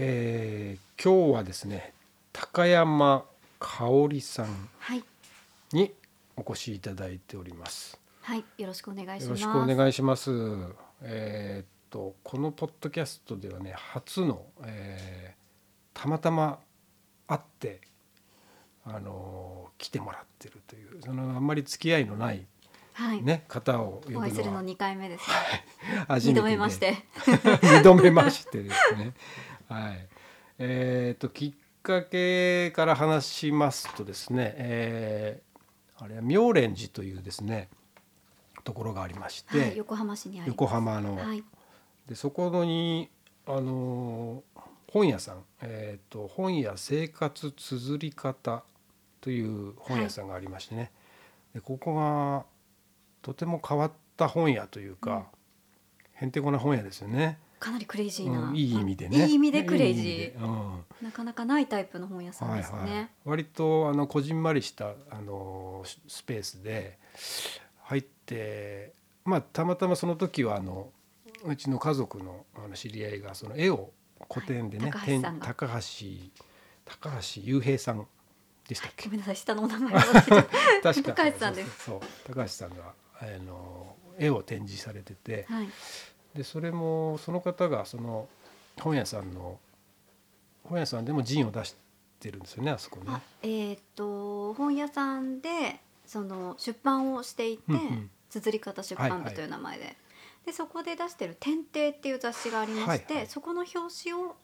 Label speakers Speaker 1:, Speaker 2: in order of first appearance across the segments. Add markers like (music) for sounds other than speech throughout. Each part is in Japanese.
Speaker 1: えー今日はですね高山香織さん
Speaker 2: はい、
Speaker 1: にお越しいただいております。
Speaker 2: はい、よろしくお願いし
Speaker 1: よ
Speaker 2: ま
Speaker 1: ろ
Speaker 2: す。
Speaker 1: しくお願いします。えーっとこのポッドキャストではね初の、えーたまたま会ってあのー来てもらってるというそのあんまり付き合いのない、
Speaker 2: はい、
Speaker 1: ね方を呼ぶ
Speaker 2: お会いする
Speaker 1: の
Speaker 2: の
Speaker 1: は
Speaker 2: 二回目です。
Speaker 1: 初め
Speaker 2: 二
Speaker 1: て
Speaker 2: 度目まして。
Speaker 1: (laughs) 二度目ましてですね。はい。えっ、ときっかけから話しますとですね、えーあれは妙蓮寺というですねところがありまして、
Speaker 2: はい、横浜市にあります。
Speaker 1: 横浜の、
Speaker 2: はい、
Speaker 1: でそこのにあのー本屋さん、えー、と本屋生活綴り方という本屋さんがありましてね、でここがとても変わった本屋という
Speaker 2: うん
Speaker 1: か、へんてこな本屋ですよね。
Speaker 2: かなりクレイジーな、
Speaker 1: うんいい意味でね。
Speaker 2: いい意味でクレイジ
Speaker 1: いい意味で
Speaker 2: ー。
Speaker 1: うん
Speaker 2: なかなかないタイプの本屋さん
Speaker 1: はい
Speaker 2: ですね。
Speaker 1: はい。割とあのこじんまりしたあのススペースで入って、まあたまたまその時はあのうちの家族のあの知り合いがその絵を古典でね、
Speaker 2: はい
Speaker 1: 展
Speaker 2: 高橋さんが
Speaker 1: 高橋高橋雄平さんでしたっけ
Speaker 2: ご？めんなさい、下のお名前忘れちゃっ
Speaker 1: 確か
Speaker 2: (laughs) 高橋さんです
Speaker 1: そうそうそう高橋さんがあの絵を展示されてて。
Speaker 2: た。はい、
Speaker 1: でそれもその方がその本屋さんの本屋さんでもジンを出してるんですよねあそこね。
Speaker 2: あ、えーっと、本屋さんで、その出版をしていて
Speaker 1: うんうん。
Speaker 2: 綴り方出版部という名前で。で、そこで出してる天帝っていう雑誌がありまして、
Speaker 1: はいはい
Speaker 2: そこの表紙を。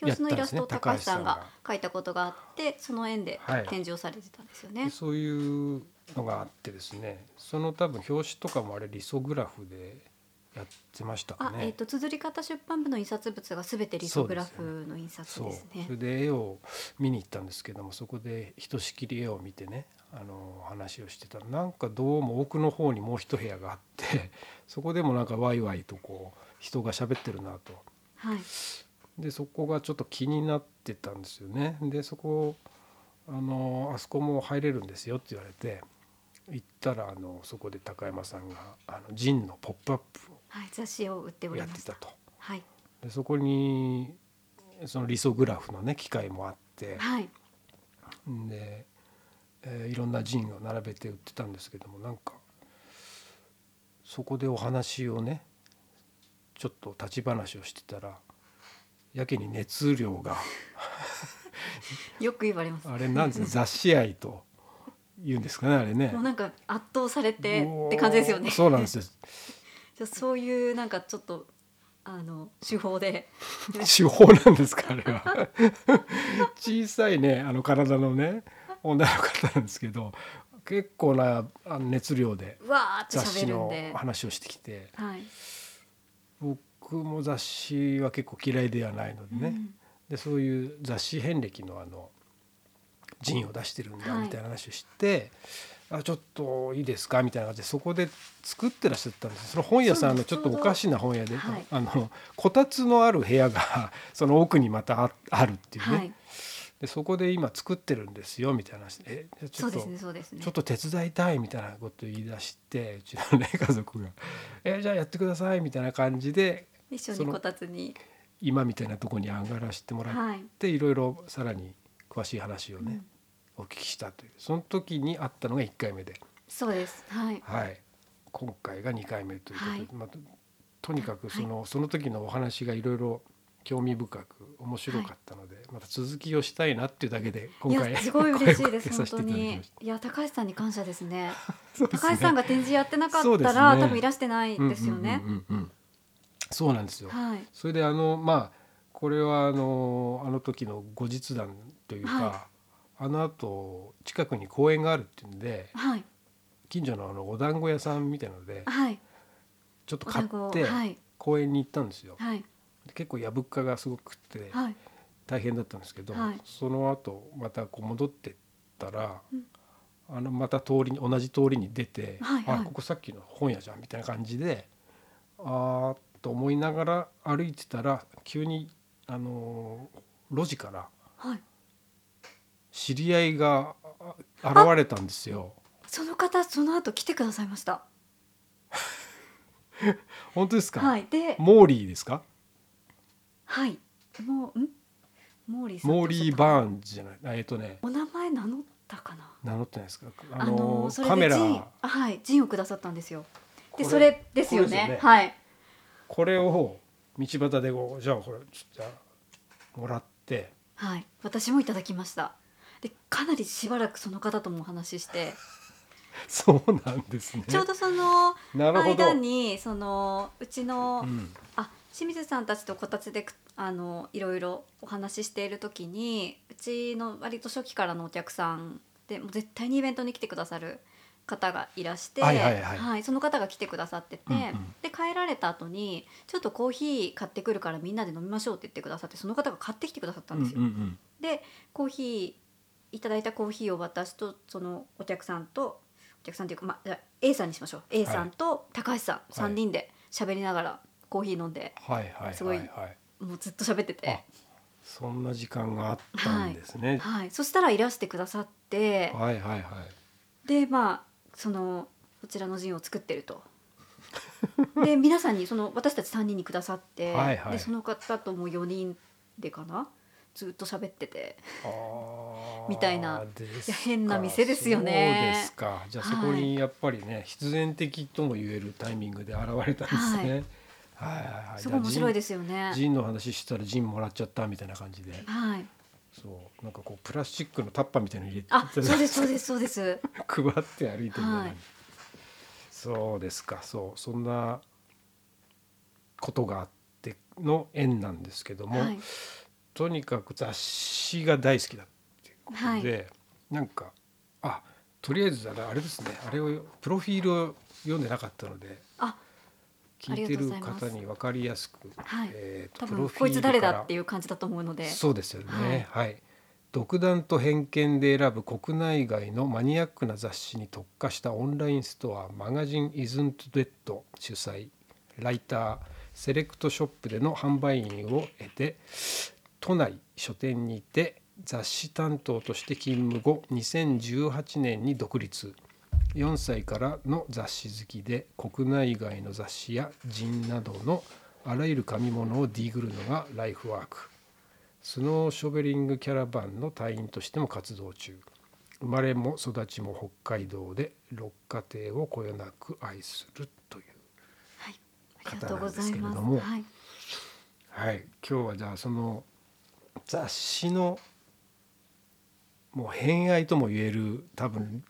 Speaker 2: 表紙のイラストを
Speaker 1: やったん
Speaker 2: 高
Speaker 1: で
Speaker 2: 橋
Speaker 1: すね
Speaker 2: さんが描いたことがあってその縁で
Speaker 1: はい
Speaker 2: 展示をされてたんですよね。
Speaker 1: そういうのがあってですねその多分表紙とかもあれリソグラフでやってましたか
Speaker 2: あ、
Speaker 1: ね。
Speaker 2: えっ、と綴り方出版部の印刷物がすべてリソグラフの印刷
Speaker 1: そう
Speaker 2: です
Speaker 1: それ
Speaker 2: ね。
Speaker 1: で絵を見に行ったんですけどもそこでひとしきり絵を見てねあの話をしてたらなんかどうも奥の方にもう一部屋があってそこでもなんかワイワイとこう人が喋ってるなと
Speaker 2: はい。
Speaker 1: でそこがちょっと気になってたんですよねでそこあの「あそこも入れるんですよ」って言われて行ったらあのそこで高山さんがあのジンのポップアッ
Speaker 2: はい、雑誌を売っ
Speaker 1: プ
Speaker 2: てお
Speaker 1: を
Speaker 2: り
Speaker 1: やっ
Speaker 2: ま
Speaker 1: て
Speaker 2: した
Speaker 1: た。と
Speaker 2: はい。
Speaker 1: でそこにそのリソグラフのね機械もあって
Speaker 2: はい。
Speaker 1: で、えーいろんなジンを並べて売ってたんですけどもなんかそこでお話をねちょっと立ち話をしてたらやけに熱量が。
Speaker 2: よく言われます。
Speaker 1: あれなんですね雑誌愛と言うんですかねあれね
Speaker 2: もう。なんか圧倒されてって感じですよね。
Speaker 1: そうなんですよ。
Speaker 2: じゃあそういうなんかちょっとあの手法
Speaker 1: (laughs)
Speaker 2: で、
Speaker 1: 手法なんですかあれは。小さいねあの体のね女の方なんですけど結構なあの熱量で
Speaker 2: うわーって
Speaker 1: 雑誌
Speaker 2: 喋るん
Speaker 1: の
Speaker 2: で。
Speaker 1: 話をしてきて
Speaker 2: はい。
Speaker 1: 僕も雑誌は結構嫌いではないのでね、
Speaker 2: うん
Speaker 1: でそういう雑誌遍歴のあの陣を出してるんだ
Speaker 2: はい
Speaker 1: みたいな話をして、あちょっといいですかみたいな感じでそこで作ってらっしゃったんですその本屋さんのち
Speaker 2: そ
Speaker 1: ょっ
Speaker 2: う
Speaker 1: と
Speaker 2: です
Speaker 1: おかしな本屋で、
Speaker 2: はい
Speaker 1: あのこたつのある部屋が (laughs) その奥にまたああるっていうね、
Speaker 2: はい。
Speaker 1: でそこで今作ってるんですよみたいな話でえち
Speaker 2: そ
Speaker 1: ょ
Speaker 2: う
Speaker 1: っ
Speaker 2: で
Speaker 1: と
Speaker 2: すね。そうですね
Speaker 1: ちょっ。と手伝いたいみたいなこと言い出してうちのね家族が「えじゃあやってください」みたいな感じで
Speaker 2: 一緒
Speaker 1: そ
Speaker 2: に
Speaker 1: の
Speaker 2: こたつに。
Speaker 1: 今みたいなとこに上がらせてもらっ
Speaker 2: はい。
Speaker 1: でいろいろさらに詳しい話をね、お聞きしたというその時にあったのが1回目で、
Speaker 2: そうです。はい。
Speaker 1: はい、今回が2回目ということで、
Speaker 2: はい
Speaker 1: まあととにかくその,、その時のお話がいろいろ興味深く面白かったので、また続きをしたいなっていうだけで今
Speaker 2: い
Speaker 1: 回
Speaker 2: やすごい嬉しいで
Speaker 1: (laughs) 声
Speaker 2: す
Speaker 1: をかけさ
Speaker 2: 本
Speaker 1: せ
Speaker 2: 当
Speaker 1: ていただき
Speaker 2: に
Speaker 1: まし
Speaker 2: いや高橋さんに感謝です
Speaker 1: (laughs)
Speaker 2: ね
Speaker 1: たそうですね
Speaker 2: 高橋さんが展示やってなか
Speaker 1: そ
Speaker 2: っ
Speaker 1: うで
Speaker 2: た
Speaker 1: す
Speaker 2: ら、
Speaker 1: ね
Speaker 2: 多分いらしてないですよね、
Speaker 1: うんうんうんうんそうなんですよ、
Speaker 2: はい
Speaker 1: それであのまあこれはあのあの時の後日談というか、
Speaker 2: は
Speaker 1: あのあと近くに公園があるっていうんで
Speaker 2: はい
Speaker 1: 近所のあのお団子屋さんみたいなので
Speaker 2: はい
Speaker 1: ちょっと
Speaker 2: お
Speaker 1: 買
Speaker 2: 団
Speaker 1: っ
Speaker 2: 子
Speaker 1: て
Speaker 2: はい
Speaker 1: 公園に行ったんですよ。
Speaker 2: はい
Speaker 1: で結構やぶっかがすごくって
Speaker 2: はい
Speaker 1: 大変だったんですけど、
Speaker 2: はい
Speaker 1: その後またこう戻ってったら、
Speaker 2: うん
Speaker 1: あのまた通りに同じ通りに出て、
Speaker 2: はいはい
Speaker 1: あここさっきの本屋じゃんみたいな感じであーっと思いながら歩いてたら急にあのー路地から
Speaker 2: はい
Speaker 1: 知り合いがあ現れたんですよ。
Speaker 2: その方その後来てくださいました
Speaker 1: 本当ですか、
Speaker 2: はいで
Speaker 1: モーリーですか
Speaker 2: はいもうんモーリーさんと
Speaker 1: モーリー・バーンズじゃないあえっとね
Speaker 2: お名前名乗ったかな
Speaker 1: 名乗ってないですかあ
Speaker 2: あ
Speaker 1: の
Speaker 2: のそれ
Speaker 1: カメ
Speaker 2: で
Speaker 1: ラ
Speaker 2: ジンあはいジンをくださったんですよ
Speaker 1: こ
Speaker 2: で
Speaker 1: れ
Speaker 2: それですよね
Speaker 1: これですよね
Speaker 2: はい
Speaker 1: これを道端でこうじゃあこれちょっとじゃあもらって
Speaker 2: はい私もいただきましたでかなりしばらくその方ともお話しして
Speaker 1: そうなんですね
Speaker 2: ちょうどその
Speaker 1: なるほど
Speaker 2: 間にそのうちの、
Speaker 1: うん
Speaker 2: あ清水さんたちとこたつでくあのいろいろお話ししている時にうちの割と初期からのお客さんでもう絶対にイベントに来てくださる方がいらして、
Speaker 1: はいはいはい
Speaker 2: その方が来てくださってて、
Speaker 1: うんうん
Speaker 2: で帰られた後にちょっとコーヒー買ってくるからみんなで飲みましょうって言ってくださってその方が買ってきてくださったんですよ。
Speaker 1: うんうん
Speaker 2: でコーヒーいただいたコーヒーを私とそのお客さんとお客さんというか、まあ、じゃあ A さんにしましょう A さんと高橋さん、三3人で喋りながらコーヒー飲んで
Speaker 1: うん、はいはい
Speaker 2: すご
Speaker 1: はいいはい
Speaker 2: もうずっと喋ってて、
Speaker 1: そんな時間があったんですね、
Speaker 2: はい、そしたらいらしてくださって
Speaker 1: はい、はいはい
Speaker 2: でまあそのこちらの陣を作ってる
Speaker 1: (laughs)
Speaker 2: と。で皆さんにその私たち3人にくださって、
Speaker 1: はいはい
Speaker 2: でその方とも4人でかなずっと喋ってて
Speaker 1: あー
Speaker 2: みたいな
Speaker 1: です
Speaker 2: いや変な店ですよね
Speaker 1: そうですかじゃあそこにやっぱりね、必然的とも言えるタイミングで現れたんですね、はい、はいはいはい
Speaker 2: すごい面白いですすよね。
Speaker 1: ジンの話してたらジンもらっちゃったみたいな感じで (laughs)
Speaker 2: はい、
Speaker 1: そうなんかこうプラスチックのタッパーみたいなの入れて
Speaker 2: あそうですそうですそうです。
Speaker 1: (laughs) 配って歩いてるような、
Speaker 2: はい
Speaker 1: そうですかそうそんなことがあっての縁なんですけども、
Speaker 2: はい、
Speaker 1: とにかく雑誌が大好きだっていうことで、なんかあとりあえずあれあれですねあれをプロフィールを読んでなかったので
Speaker 2: あ
Speaker 1: 聞いてる
Speaker 2: ありがとうござ
Speaker 1: 方
Speaker 2: います
Speaker 1: に分かりやすく、
Speaker 2: はい
Speaker 1: えー
Speaker 2: 多
Speaker 1: と
Speaker 2: 分こいつ誰だって
Speaker 1: い
Speaker 2: いう感じだと思うので、
Speaker 1: そうですよねはい、独断と偏見で選ぶ国内外のマニアックな雑誌に特化したオンラインストアマガジン Isn't Dead 主催ライターセレクトショップでの販売員を得て都内書店にて雑誌担当として勤務後2018年に独立4歳からの雑誌好きで国内外の雑誌や人などのあらゆる紙物をディグるのがライフワークスノーショベリングキャラバンの隊員としても活動中生まれも育ちも北海道で六家庭をこよなく愛するという
Speaker 2: はい、ありが
Speaker 1: 方
Speaker 2: とう
Speaker 1: な
Speaker 2: ご
Speaker 1: んで
Speaker 2: ざ
Speaker 1: す
Speaker 2: い
Speaker 1: けれ
Speaker 2: ま
Speaker 1: ど
Speaker 2: す。
Speaker 1: も
Speaker 2: はい、
Speaker 1: はい、今日はじゃあその雑誌のもう偏愛とも言える多分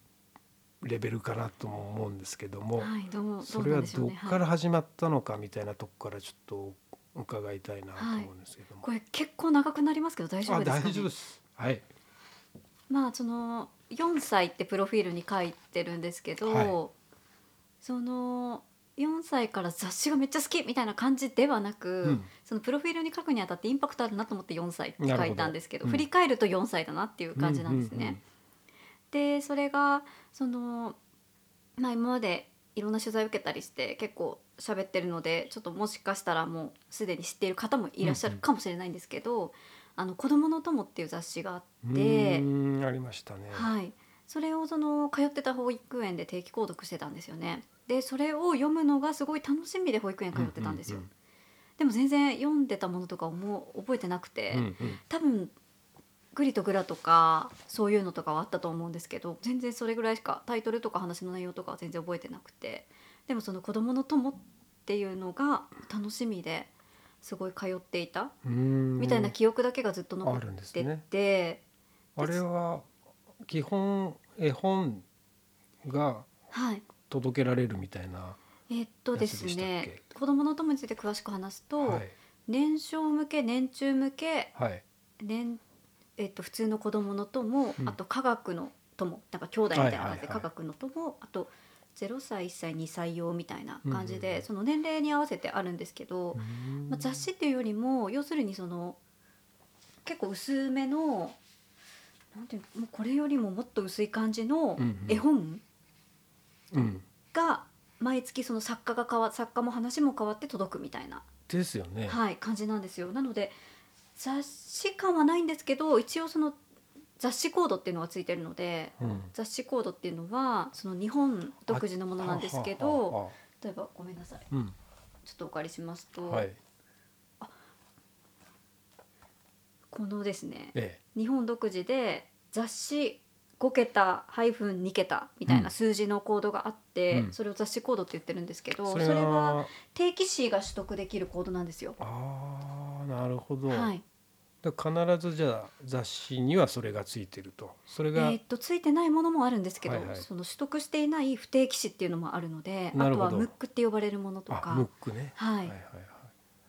Speaker 1: レベルかなとも思うんですけども、
Speaker 2: はい、どうもど
Speaker 1: そうれ
Speaker 2: な
Speaker 1: は
Speaker 2: んでしょ
Speaker 1: ど
Speaker 2: う
Speaker 1: っ
Speaker 2: ね。
Speaker 1: か
Speaker 2: は
Speaker 1: ら始まったのかみたいなとこからちょっと伺いたいなと思うんですけど
Speaker 2: い、
Speaker 1: も、
Speaker 2: これ結構長くなりますけど大丈夫
Speaker 1: あ
Speaker 2: ですか、ね。
Speaker 1: 大丈夫ですはい
Speaker 2: まあその4歳ってプロフィールに書いてるんですけど、
Speaker 1: はい
Speaker 2: その4歳から雑誌がめっちゃ好きみたいな感じではなく、
Speaker 1: うん
Speaker 2: そのプロフィールに書くにあたってインパクトあるなと思って4歳って書いたんですけど
Speaker 1: なるほどうん
Speaker 2: 振り返ると4歳だなっていう感じなんですね。
Speaker 1: うううん
Speaker 2: でそれがその、まあ、今までいろんな取材を受けたりして結構喋ってるのでちょっともしかしたらもうすでに知っている方もいらっしゃるかもしれないんですけど「あの子どもの友」っていう雑誌があ
Speaker 1: う
Speaker 2: って。
Speaker 1: ーんありましたね。
Speaker 2: はい、それをその通ってた保育園で定期購読してたんですよね。でそれを読むのがすごい楽しみで保育園通ってたんですよ。
Speaker 1: うんうん
Speaker 2: でも全然読んでたものとか思う覚えてなくて、
Speaker 1: うんうん
Speaker 2: 多分グリとグラとかそういうのとかはあったと思うんですけど全然それぐらいしかタイトルとか話の内容とかは全然覚えてなくてでもその「子どもの友」っていうのが楽しみですごい通っていた
Speaker 1: うーん
Speaker 2: みたいな記憶だけがずっと残
Speaker 1: あ
Speaker 2: っ
Speaker 1: るんです
Speaker 2: て
Speaker 1: ね。
Speaker 2: て、
Speaker 1: あれは基本絵本が
Speaker 2: はい、
Speaker 1: 届けられるみたいな。
Speaker 2: えっとです
Speaker 1: やつでしたっ
Speaker 2: ね子どもの友について詳しく話すと、
Speaker 1: はい
Speaker 2: 年少向け年中向け
Speaker 1: はい。
Speaker 2: 年、えっと普通の子どもの友、
Speaker 1: うん
Speaker 2: あと科学の友なんか兄弟みたいな
Speaker 1: はいはい
Speaker 2: 感じ
Speaker 1: は
Speaker 2: で
Speaker 1: い
Speaker 2: 科学の友あと0歳1歳2歳用みたいな感じ
Speaker 1: うんうんう
Speaker 2: で
Speaker 1: ん
Speaker 2: その年齢に合わせてあるんですけど、まあ、雑誌っていうよりも要するにその結構薄めのなんていうのもうこれよりももっと薄い感じの
Speaker 1: うんうん
Speaker 2: 絵本、
Speaker 1: うん
Speaker 2: が毎月その作家が変わ作家も話も変わって届くみたいな、
Speaker 1: ですよね。
Speaker 2: はい、感じなんですよなので雑誌感はないんですけど一応その雑誌コードっていうのがついてるので
Speaker 1: うん
Speaker 2: 雑誌コードっていうのはその日本独自のものなんですけ
Speaker 1: ははは
Speaker 2: ど
Speaker 1: は
Speaker 2: 例えばごめんなさい
Speaker 1: うん
Speaker 2: ちょっとお借りしますと、
Speaker 1: はい。
Speaker 2: このですね
Speaker 1: え
Speaker 2: 日本独自で雑誌5桁ハイフン2桁みたいな数字のコードがあって、
Speaker 1: うん
Speaker 2: それを雑誌コードって言ってるんですけ
Speaker 1: え
Speaker 2: ど、それは定期誌が取得できるコードなんですよ。
Speaker 1: ああなるほど、
Speaker 2: はい、
Speaker 1: だから必ずじゃあ雑誌にはそれがついてるとそれ
Speaker 2: え
Speaker 1: が、
Speaker 2: ーっとついてないものもあるんですけど、
Speaker 1: はいはい
Speaker 2: その取得していない不定期誌っていうのもあるのであ
Speaker 1: なる
Speaker 2: と
Speaker 1: ほど
Speaker 2: はムックって呼ばれるものと
Speaker 1: あムッ
Speaker 2: か、
Speaker 1: クね、
Speaker 2: は
Speaker 1: はいいはいはい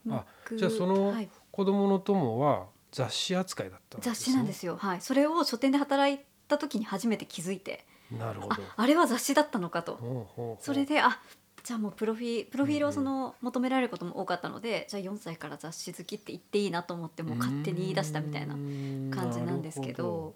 Speaker 2: ムッ
Speaker 1: あ
Speaker 2: ク
Speaker 1: じゃあその
Speaker 2: はい
Speaker 1: 子供の友は雑誌扱いだったわけ
Speaker 2: 雑誌なんで
Speaker 1: ね
Speaker 2: すよ、はい、それを書店で働いた時に初めて気づいて
Speaker 1: なるほど
Speaker 2: ああれは雑誌だったのかと
Speaker 1: ほうほうほう
Speaker 2: それであじゃあもうプロフィプロフィールをその求められることも多かったので、じゃあ4歳から雑誌好きって言っていいなと思ってもう勝手に言い出したみたいな
Speaker 1: うーん
Speaker 2: 感じなんですけど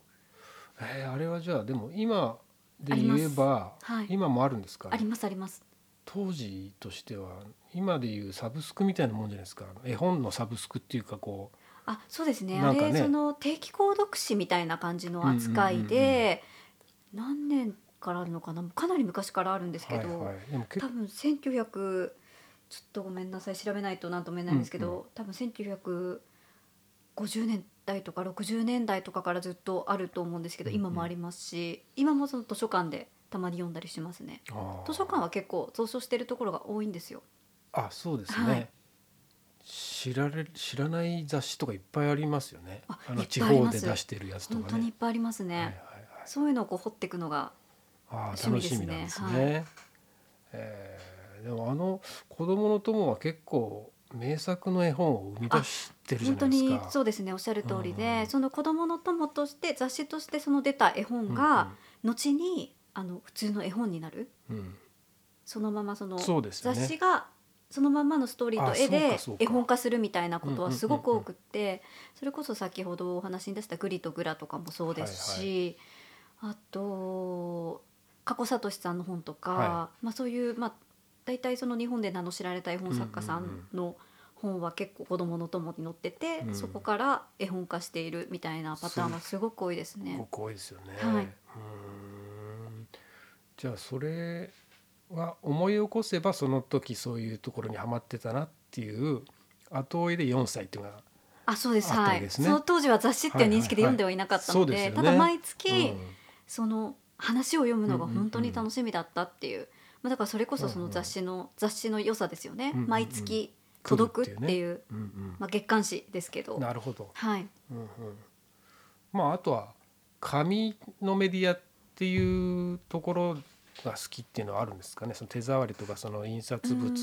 Speaker 1: なるほどえーあれはじゃあでも今で
Speaker 2: ありま
Speaker 1: 言
Speaker 2: す
Speaker 1: えば、
Speaker 2: はい
Speaker 1: 今もあるんですか
Speaker 2: ありますあります
Speaker 1: 当時としては今でいうサブスクみたいなもんじゃないですか絵本のサブスクっていうかこう
Speaker 2: あそうですね
Speaker 1: なんかね
Speaker 2: あれその定期購読誌みたいな感じの扱いで、何年からあるのかなかなり昔からあるんですけど、
Speaker 1: はいはい、でも結
Speaker 2: 多
Speaker 1: 構
Speaker 2: 分1900ちょっとごめんなさい調べないと何とも言えないんですけど、
Speaker 1: うん
Speaker 2: 多分1950年代とか60年代とかからずっとあると思うんですけど
Speaker 1: うんうん
Speaker 2: 今もありますし、今もその図書館でたまに読んだりしますね
Speaker 1: あー
Speaker 2: 図書館は結構蔵書してるところが多いんですよ
Speaker 1: あそうですね、
Speaker 2: はい
Speaker 1: 知られ知らない雑誌とかいっぱいありますよね
Speaker 2: あ
Speaker 1: の
Speaker 2: いっ
Speaker 1: 地
Speaker 2: ぱいあり
Speaker 1: 方
Speaker 2: ま
Speaker 1: です出してるやつと
Speaker 2: 本
Speaker 1: か
Speaker 2: 当にいっ
Speaker 1: ね
Speaker 2: ぱいありますね、
Speaker 1: はいはいはい
Speaker 2: そういうのをこう掘っていくのが
Speaker 1: ああ
Speaker 2: 趣
Speaker 1: 楽
Speaker 2: 味で
Speaker 1: し
Speaker 2: す
Speaker 1: み
Speaker 2: ね
Speaker 1: なんですね。
Speaker 2: は
Speaker 1: えーでもあの子供の友は結構名作の絵本を生み出してるじゃ
Speaker 2: 本
Speaker 1: な
Speaker 2: 当
Speaker 1: いですか。
Speaker 2: にそうですねおっしゃる通りで、
Speaker 1: うんうん
Speaker 2: その子供の友として雑誌としてその出た絵本が後にあの普通の絵本になる
Speaker 1: うんうん
Speaker 2: そのままその
Speaker 1: そうですよね
Speaker 2: 雑誌がそのまんまのストーリーと絵
Speaker 1: あそう
Speaker 2: で
Speaker 1: かそうか
Speaker 2: 絵本化するみたいなこと
Speaker 1: うんうんうんう
Speaker 2: は
Speaker 1: ん
Speaker 2: すごく多くってそれこそ先ほどお話に出した「グリとグラ」とかもそうですしあと加古聡さんの本とか
Speaker 1: は
Speaker 2: まあそういうまあ大体その日本で名の知られた絵本作家さ
Speaker 1: うんうん
Speaker 2: んの本は結構子供の友に載ってて
Speaker 1: うん
Speaker 2: そこから絵本化しているみたいなパターンはすごく多いです
Speaker 1: すご
Speaker 2: ね。
Speaker 1: く多いですよね。
Speaker 2: は
Speaker 1: ー
Speaker 2: いう
Speaker 1: んじゃあそれは思い起こせばその時そういうところにはまってたなっていう後追いで4歳っていうのが、
Speaker 2: あそうです
Speaker 1: あったわ
Speaker 2: は
Speaker 1: け
Speaker 2: い
Speaker 1: ですね
Speaker 2: その当時は雑誌っていう認識で読んではいなかったの
Speaker 1: はいはい
Speaker 2: で
Speaker 1: はいそ
Speaker 2: た
Speaker 1: うですよね
Speaker 2: だ毎
Speaker 1: う
Speaker 2: 月
Speaker 1: ん
Speaker 2: その話を読むのが本当に楽しみだったっていう、まあ、だからそれこそその雑誌の、雑誌の良さですよね、
Speaker 1: うんうんうん
Speaker 2: 毎月届くっていう
Speaker 1: 来るってうん
Speaker 2: まあ、月刊誌ですけ
Speaker 1: う
Speaker 2: ど
Speaker 1: ん、なるほど。
Speaker 2: はい、
Speaker 1: うんうん、まああとは紙のメディアっていうところが好きっていうのはあるんですかねその手触りとかその印刷物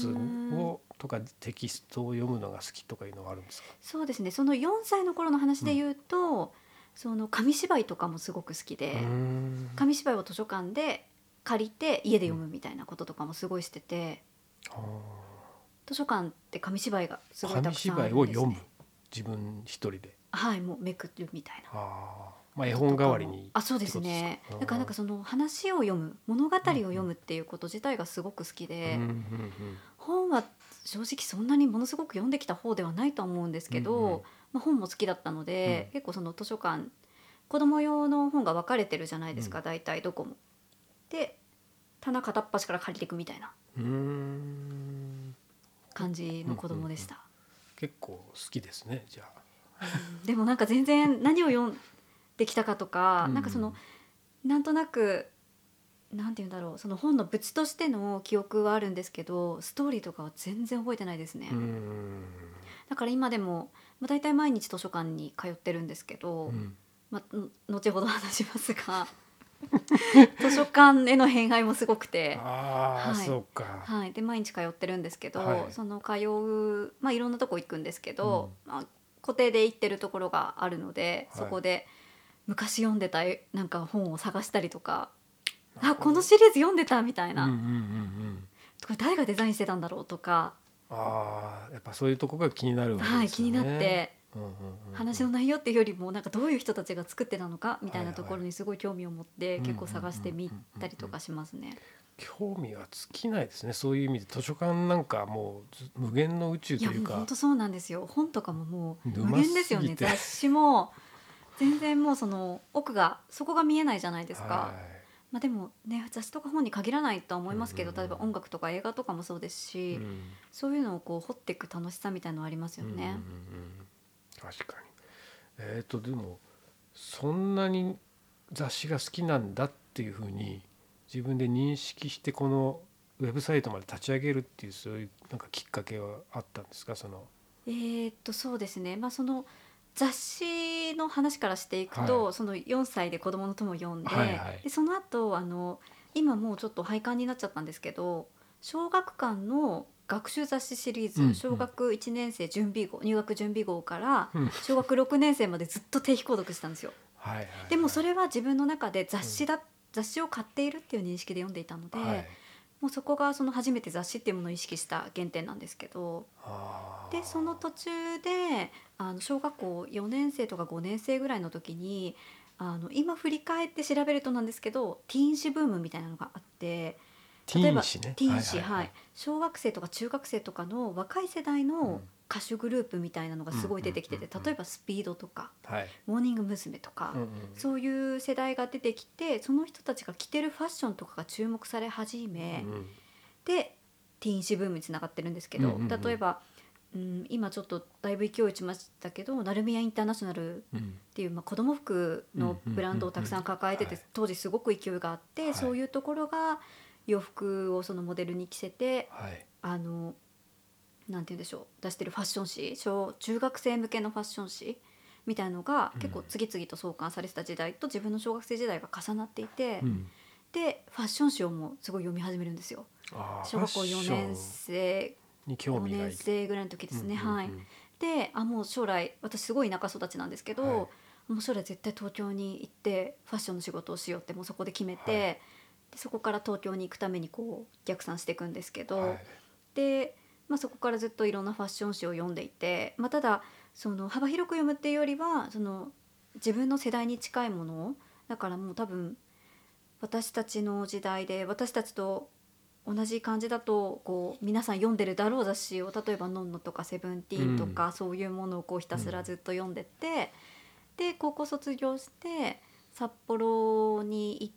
Speaker 1: をとかテキストを読むのが好きとかいうのはあるんですか
Speaker 2: そうですねその4歳の頃の話で言うと、その紙芝居とかもすごく好きで、
Speaker 1: うーん
Speaker 2: 紙芝居を図書館で借りて家で読むみたいなこととかもすごいしてて
Speaker 1: あー
Speaker 2: 図書館って紙芝居がすごいた
Speaker 1: 紙
Speaker 2: くさん
Speaker 1: 芝
Speaker 2: ある
Speaker 1: 居
Speaker 2: ん
Speaker 1: を
Speaker 2: です、ね、
Speaker 1: 読む自分一人で
Speaker 2: はいもうめくるみたいな。
Speaker 1: あー、まあ、絵本代わりに
Speaker 2: あそうですね
Speaker 1: ってことですか
Speaker 2: だからなんかその話を読む物語を読むっていうこと自体がすごく好きで、
Speaker 1: うんうんうん
Speaker 2: 本は正直そんなにものすごく読んできた方ではないとは思うんですけど、
Speaker 1: うんうん
Speaker 2: まあ、本も好きだったので、
Speaker 1: うん
Speaker 2: 結構その図書館子供用の本が分かれてるじゃないですか、
Speaker 1: う
Speaker 2: 大体どこも。で棚片っ端から借りていくみたいな
Speaker 1: うーん
Speaker 2: 感じの子供でした。
Speaker 1: 結構好きですねじゃあ。
Speaker 2: でもなんか全然何を読んできたかとか、なんかそのなんとなくなんて言うんだろうその本の物としての記憶はあるんですけどストーリーとかは全然覚えてないですね、
Speaker 1: うん、うん
Speaker 2: だから今でも、まあ、大体毎日図書館に通ってるんですけど、
Speaker 1: うん
Speaker 2: まあ、ん後ほど話しま
Speaker 1: (laughs)
Speaker 2: すが図書館への偏愛もすごくて。
Speaker 1: ああ、
Speaker 2: はい
Speaker 1: そうか。
Speaker 2: はい、で毎日通ってるんですけど、
Speaker 1: はい
Speaker 2: その通う、まあ、いろんなとこ行くんですけど、まあ、固定で行ってるところがあるので、
Speaker 1: はい
Speaker 2: そこで昔読んでたえなんか本を探したりとか「
Speaker 1: なる
Speaker 2: あ
Speaker 1: ほど
Speaker 2: このシリーズ読んでた」みたいな、
Speaker 1: うんうんうんうん、
Speaker 2: これ誰がデザインしてたんだろうとか、
Speaker 1: ああやっぱそういうとこが気になるわけ
Speaker 2: はい、
Speaker 1: です
Speaker 2: 気
Speaker 1: よ
Speaker 2: に
Speaker 1: ね。
Speaker 2: なって
Speaker 1: うんうんうんうん
Speaker 2: 話の内容っていうよりもなんかどういう人たちが作ってたのかみたいなとこ
Speaker 1: はい
Speaker 2: ろ
Speaker 1: は
Speaker 2: にすごい興味を持っ
Speaker 1: う
Speaker 2: て
Speaker 1: んうんうん
Speaker 2: 結構探してみたりとかしますね。
Speaker 1: 興味は尽きないですねそういう意味で図書館なんかもうず無限の宇宙
Speaker 2: い
Speaker 1: と
Speaker 2: や
Speaker 1: いう
Speaker 2: もう
Speaker 1: か
Speaker 2: 本当そうなんですよ本とかももう
Speaker 1: う
Speaker 2: 無
Speaker 1: ますぎて
Speaker 2: 限ですよね雑誌も全然もうその奥がそこが見えないじゃないですか、
Speaker 1: はい
Speaker 2: まあ、でもね雑誌とか本に限らないとは思いますけど、
Speaker 1: うんうんうん
Speaker 2: 例えば音楽とか映画とかもそうですし、
Speaker 1: うん
Speaker 2: そういうのをこう掘っていく楽しさみたいのはありますよ
Speaker 1: うんうんうんう
Speaker 2: ね
Speaker 1: ん、確かに、ええっ、とでもそんなに雑誌が好きなんだっていうふうに自分で認識してこのウェブサイトまで立ち上げるっていうそういうなんかきっかけはあったんですかその
Speaker 2: えーっとそうですね、まあ、その雑誌の話からしていくと、
Speaker 1: は
Speaker 2: その4歳で「子供の友」を読んで,、
Speaker 1: はいはい
Speaker 2: でその後あの今もうちょっと廃刊になっちゃったんですけど小学館の学習雑誌シリーズ、
Speaker 1: うんうん
Speaker 2: 小学1年生準備号入学準備号から
Speaker 1: うん
Speaker 2: 小学6年生までずっと定期購読してたんですよ。
Speaker 1: はいはいはい
Speaker 2: でもそれは自分の中で雑誌だ、雑誌を買っているっていう認識で読んでいたので、
Speaker 1: はい
Speaker 2: もうそこがその初めて雑誌っていうものを意識した原点なんですけど。
Speaker 1: あー
Speaker 2: でその途中であの小学校4年生とか5年生ぐらいの時にあの今振り返って調べるとなんですけどティーン誌ブームみたいなのがあって
Speaker 1: ティーン誌ね
Speaker 2: ティーン誌はい
Speaker 1: はいはい
Speaker 2: 小学生とか中学生とかの若い世代
Speaker 1: うん
Speaker 2: の歌手グループみたいなのがすごい出てきてて、
Speaker 1: うんうんうんうん
Speaker 2: 例えば「スピードとか
Speaker 1: はい
Speaker 2: 「モーニング娘。」とか、
Speaker 1: うんうん
Speaker 2: そういう世代が出てきてその人たちが着てるファッションとかが注目され始め、
Speaker 1: うん
Speaker 2: でティーン誌ブームにつながってるんですけど、
Speaker 1: うんうんうん
Speaker 2: 例えば、うん、今ちょっとだいぶ勢い落ちましたけど成宮インターナショナルっ
Speaker 1: うん
Speaker 2: ていう、まあ、子供服のブランドをたくさん抱えて
Speaker 1: うんうん
Speaker 2: て、
Speaker 1: うんうん
Speaker 2: 当時すごく勢いがあって、
Speaker 1: はい
Speaker 2: そういうところが洋服をそのモデルに着せて
Speaker 1: はい
Speaker 2: あのなんて言うんでしょう出してるファッション誌小中学生向けのファッション誌みたいのが結
Speaker 1: う
Speaker 2: 構
Speaker 1: ん
Speaker 2: 次々と創刊されてた時代と自分の小学生時代が重なっていて、
Speaker 1: うん
Speaker 2: でファッション誌をもうすごい読み始めるんですよ。
Speaker 1: あー
Speaker 2: 小学校
Speaker 1: ファッ
Speaker 2: 4
Speaker 1: ション
Speaker 2: 年生
Speaker 1: に
Speaker 2: 5
Speaker 1: 興味がい
Speaker 2: 年
Speaker 1: く
Speaker 2: 生ぐらいの時ですね、
Speaker 1: うんうんうん
Speaker 2: はいであもう将来私すごい田舎育ちなんですけど、
Speaker 1: は
Speaker 2: もう将来絶対東京に行ってファッションの仕事をしようってもうそこで決めて、
Speaker 1: はい
Speaker 2: でそこから東京に行くためにこう逆算していくんですけど、
Speaker 1: はい
Speaker 2: で、まあ、そこからずっといろんなファッション誌を読んでいて、まあ、ただその幅広く読むっていうよりはその自分の世代に近いものだからもう多分私たちの時代で私たちと同じ感じだとこう皆さん読んでるだろう雑誌を例えば「のんの」とか「セブンティーン」とか、そういうものをこうひたすらずっと読んでって、で高校卒業して札幌に行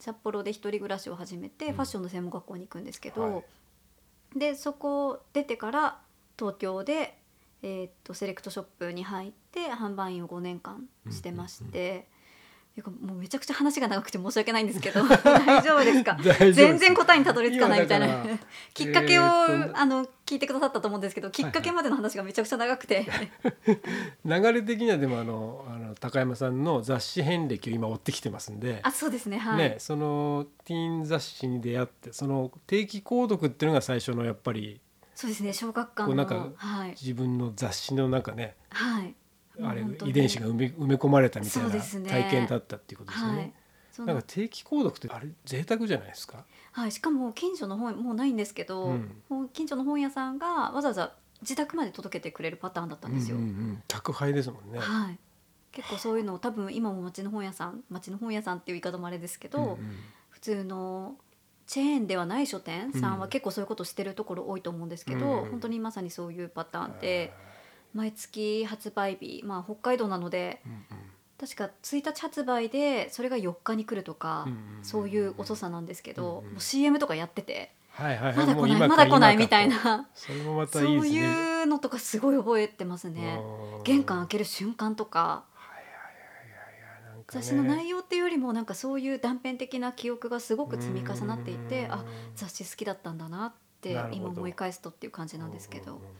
Speaker 2: 札幌で一人暮らしを始めて、
Speaker 1: うん
Speaker 2: ファッションの専門学校に行くんですけど、
Speaker 1: はい
Speaker 2: でそこを出てから東京で、えーっとセレクトショップに入って販売員を5年間してまして、ていうかもうめちゃくちゃ話が長くて申し訳ないんで
Speaker 1: (laughs)
Speaker 2: すけど大丈夫ですか
Speaker 1: 大
Speaker 2: (laughs)
Speaker 1: 丈夫です
Speaker 2: 全然答えにたどり着かないみたい
Speaker 1: 今だ
Speaker 2: な
Speaker 1: から
Speaker 2: (laughs) きっかけを、
Speaker 1: えーっと
Speaker 2: あの聞いてくださったと思うんですけどきっかけまでの話がめちゃくちゃ長くて
Speaker 1: 流れ的にはでもあのあの高山さんの雑誌遍歴を今追ってきてますんで
Speaker 2: あそうですねはい、
Speaker 1: ね、そのティーン雑誌に出会ってその定期購読っていうのが最初のやっぱり
Speaker 2: そうですね小学
Speaker 1: こ
Speaker 2: 館
Speaker 1: うな
Speaker 2: の
Speaker 1: んか
Speaker 2: はい
Speaker 1: 自分の雑誌の中ね
Speaker 2: はい
Speaker 1: あれ
Speaker 2: もう本当に
Speaker 1: 遺伝子が埋め埋め込まれたみたい
Speaker 2: そう
Speaker 1: な
Speaker 2: ですね
Speaker 1: 体験だったっていうことですよね。
Speaker 2: はいそ
Speaker 1: なん
Speaker 2: の
Speaker 1: か定期購読ってあれ贅沢じゃないですか。
Speaker 2: はい、しかも近所の本もうないんですけど、
Speaker 1: うん
Speaker 2: もう近所の本屋さんがわざわざ自宅まで届けてくれるパターンだったんですよ。
Speaker 1: うんうんうん宅配ですもんね。
Speaker 2: はい、結構そういうのを多分今も町の本屋さん町の本屋さんっていう言い方もあれですけど、
Speaker 1: うんうん
Speaker 2: 普通のチェーンではない書店さん
Speaker 1: う
Speaker 2: は
Speaker 1: ん
Speaker 2: 結構そういうことしてるところ多いと思うんですけど、
Speaker 1: うん
Speaker 2: 本当にまさにそういうパターンで、毎月発売日、まあ、北海道なので
Speaker 1: うん
Speaker 2: 確か1日発売でそれが4日に来るとか、
Speaker 1: うん
Speaker 2: そういう遅さなんですけど、
Speaker 1: うんうん
Speaker 2: もう CM とかやってて。
Speaker 1: うんはいはいはい
Speaker 2: まだ
Speaker 1: も
Speaker 2: 来
Speaker 1: う
Speaker 2: な
Speaker 1: 今か
Speaker 2: いまだ来ない
Speaker 1: 今か
Speaker 2: みたい
Speaker 1: と
Speaker 2: な
Speaker 1: それもまた
Speaker 2: そう
Speaker 1: いいですね。
Speaker 2: いうのとかすごい覚えてますね
Speaker 1: うん
Speaker 2: 玄関開ける瞬間とか
Speaker 1: はいはいはいはいはいなんかね
Speaker 2: 雑誌の内容っていうよりもなんかそういう断片的な記憶がすごく積み重なっていて
Speaker 1: うん
Speaker 2: あ雑誌好きだったんだなって
Speaker 1: なるほど
Speaker 2: 今思い返すとっていう感じなんですけ
Speaker 1: うんう
Speaker 2: ど
Speaker 1: んうんうん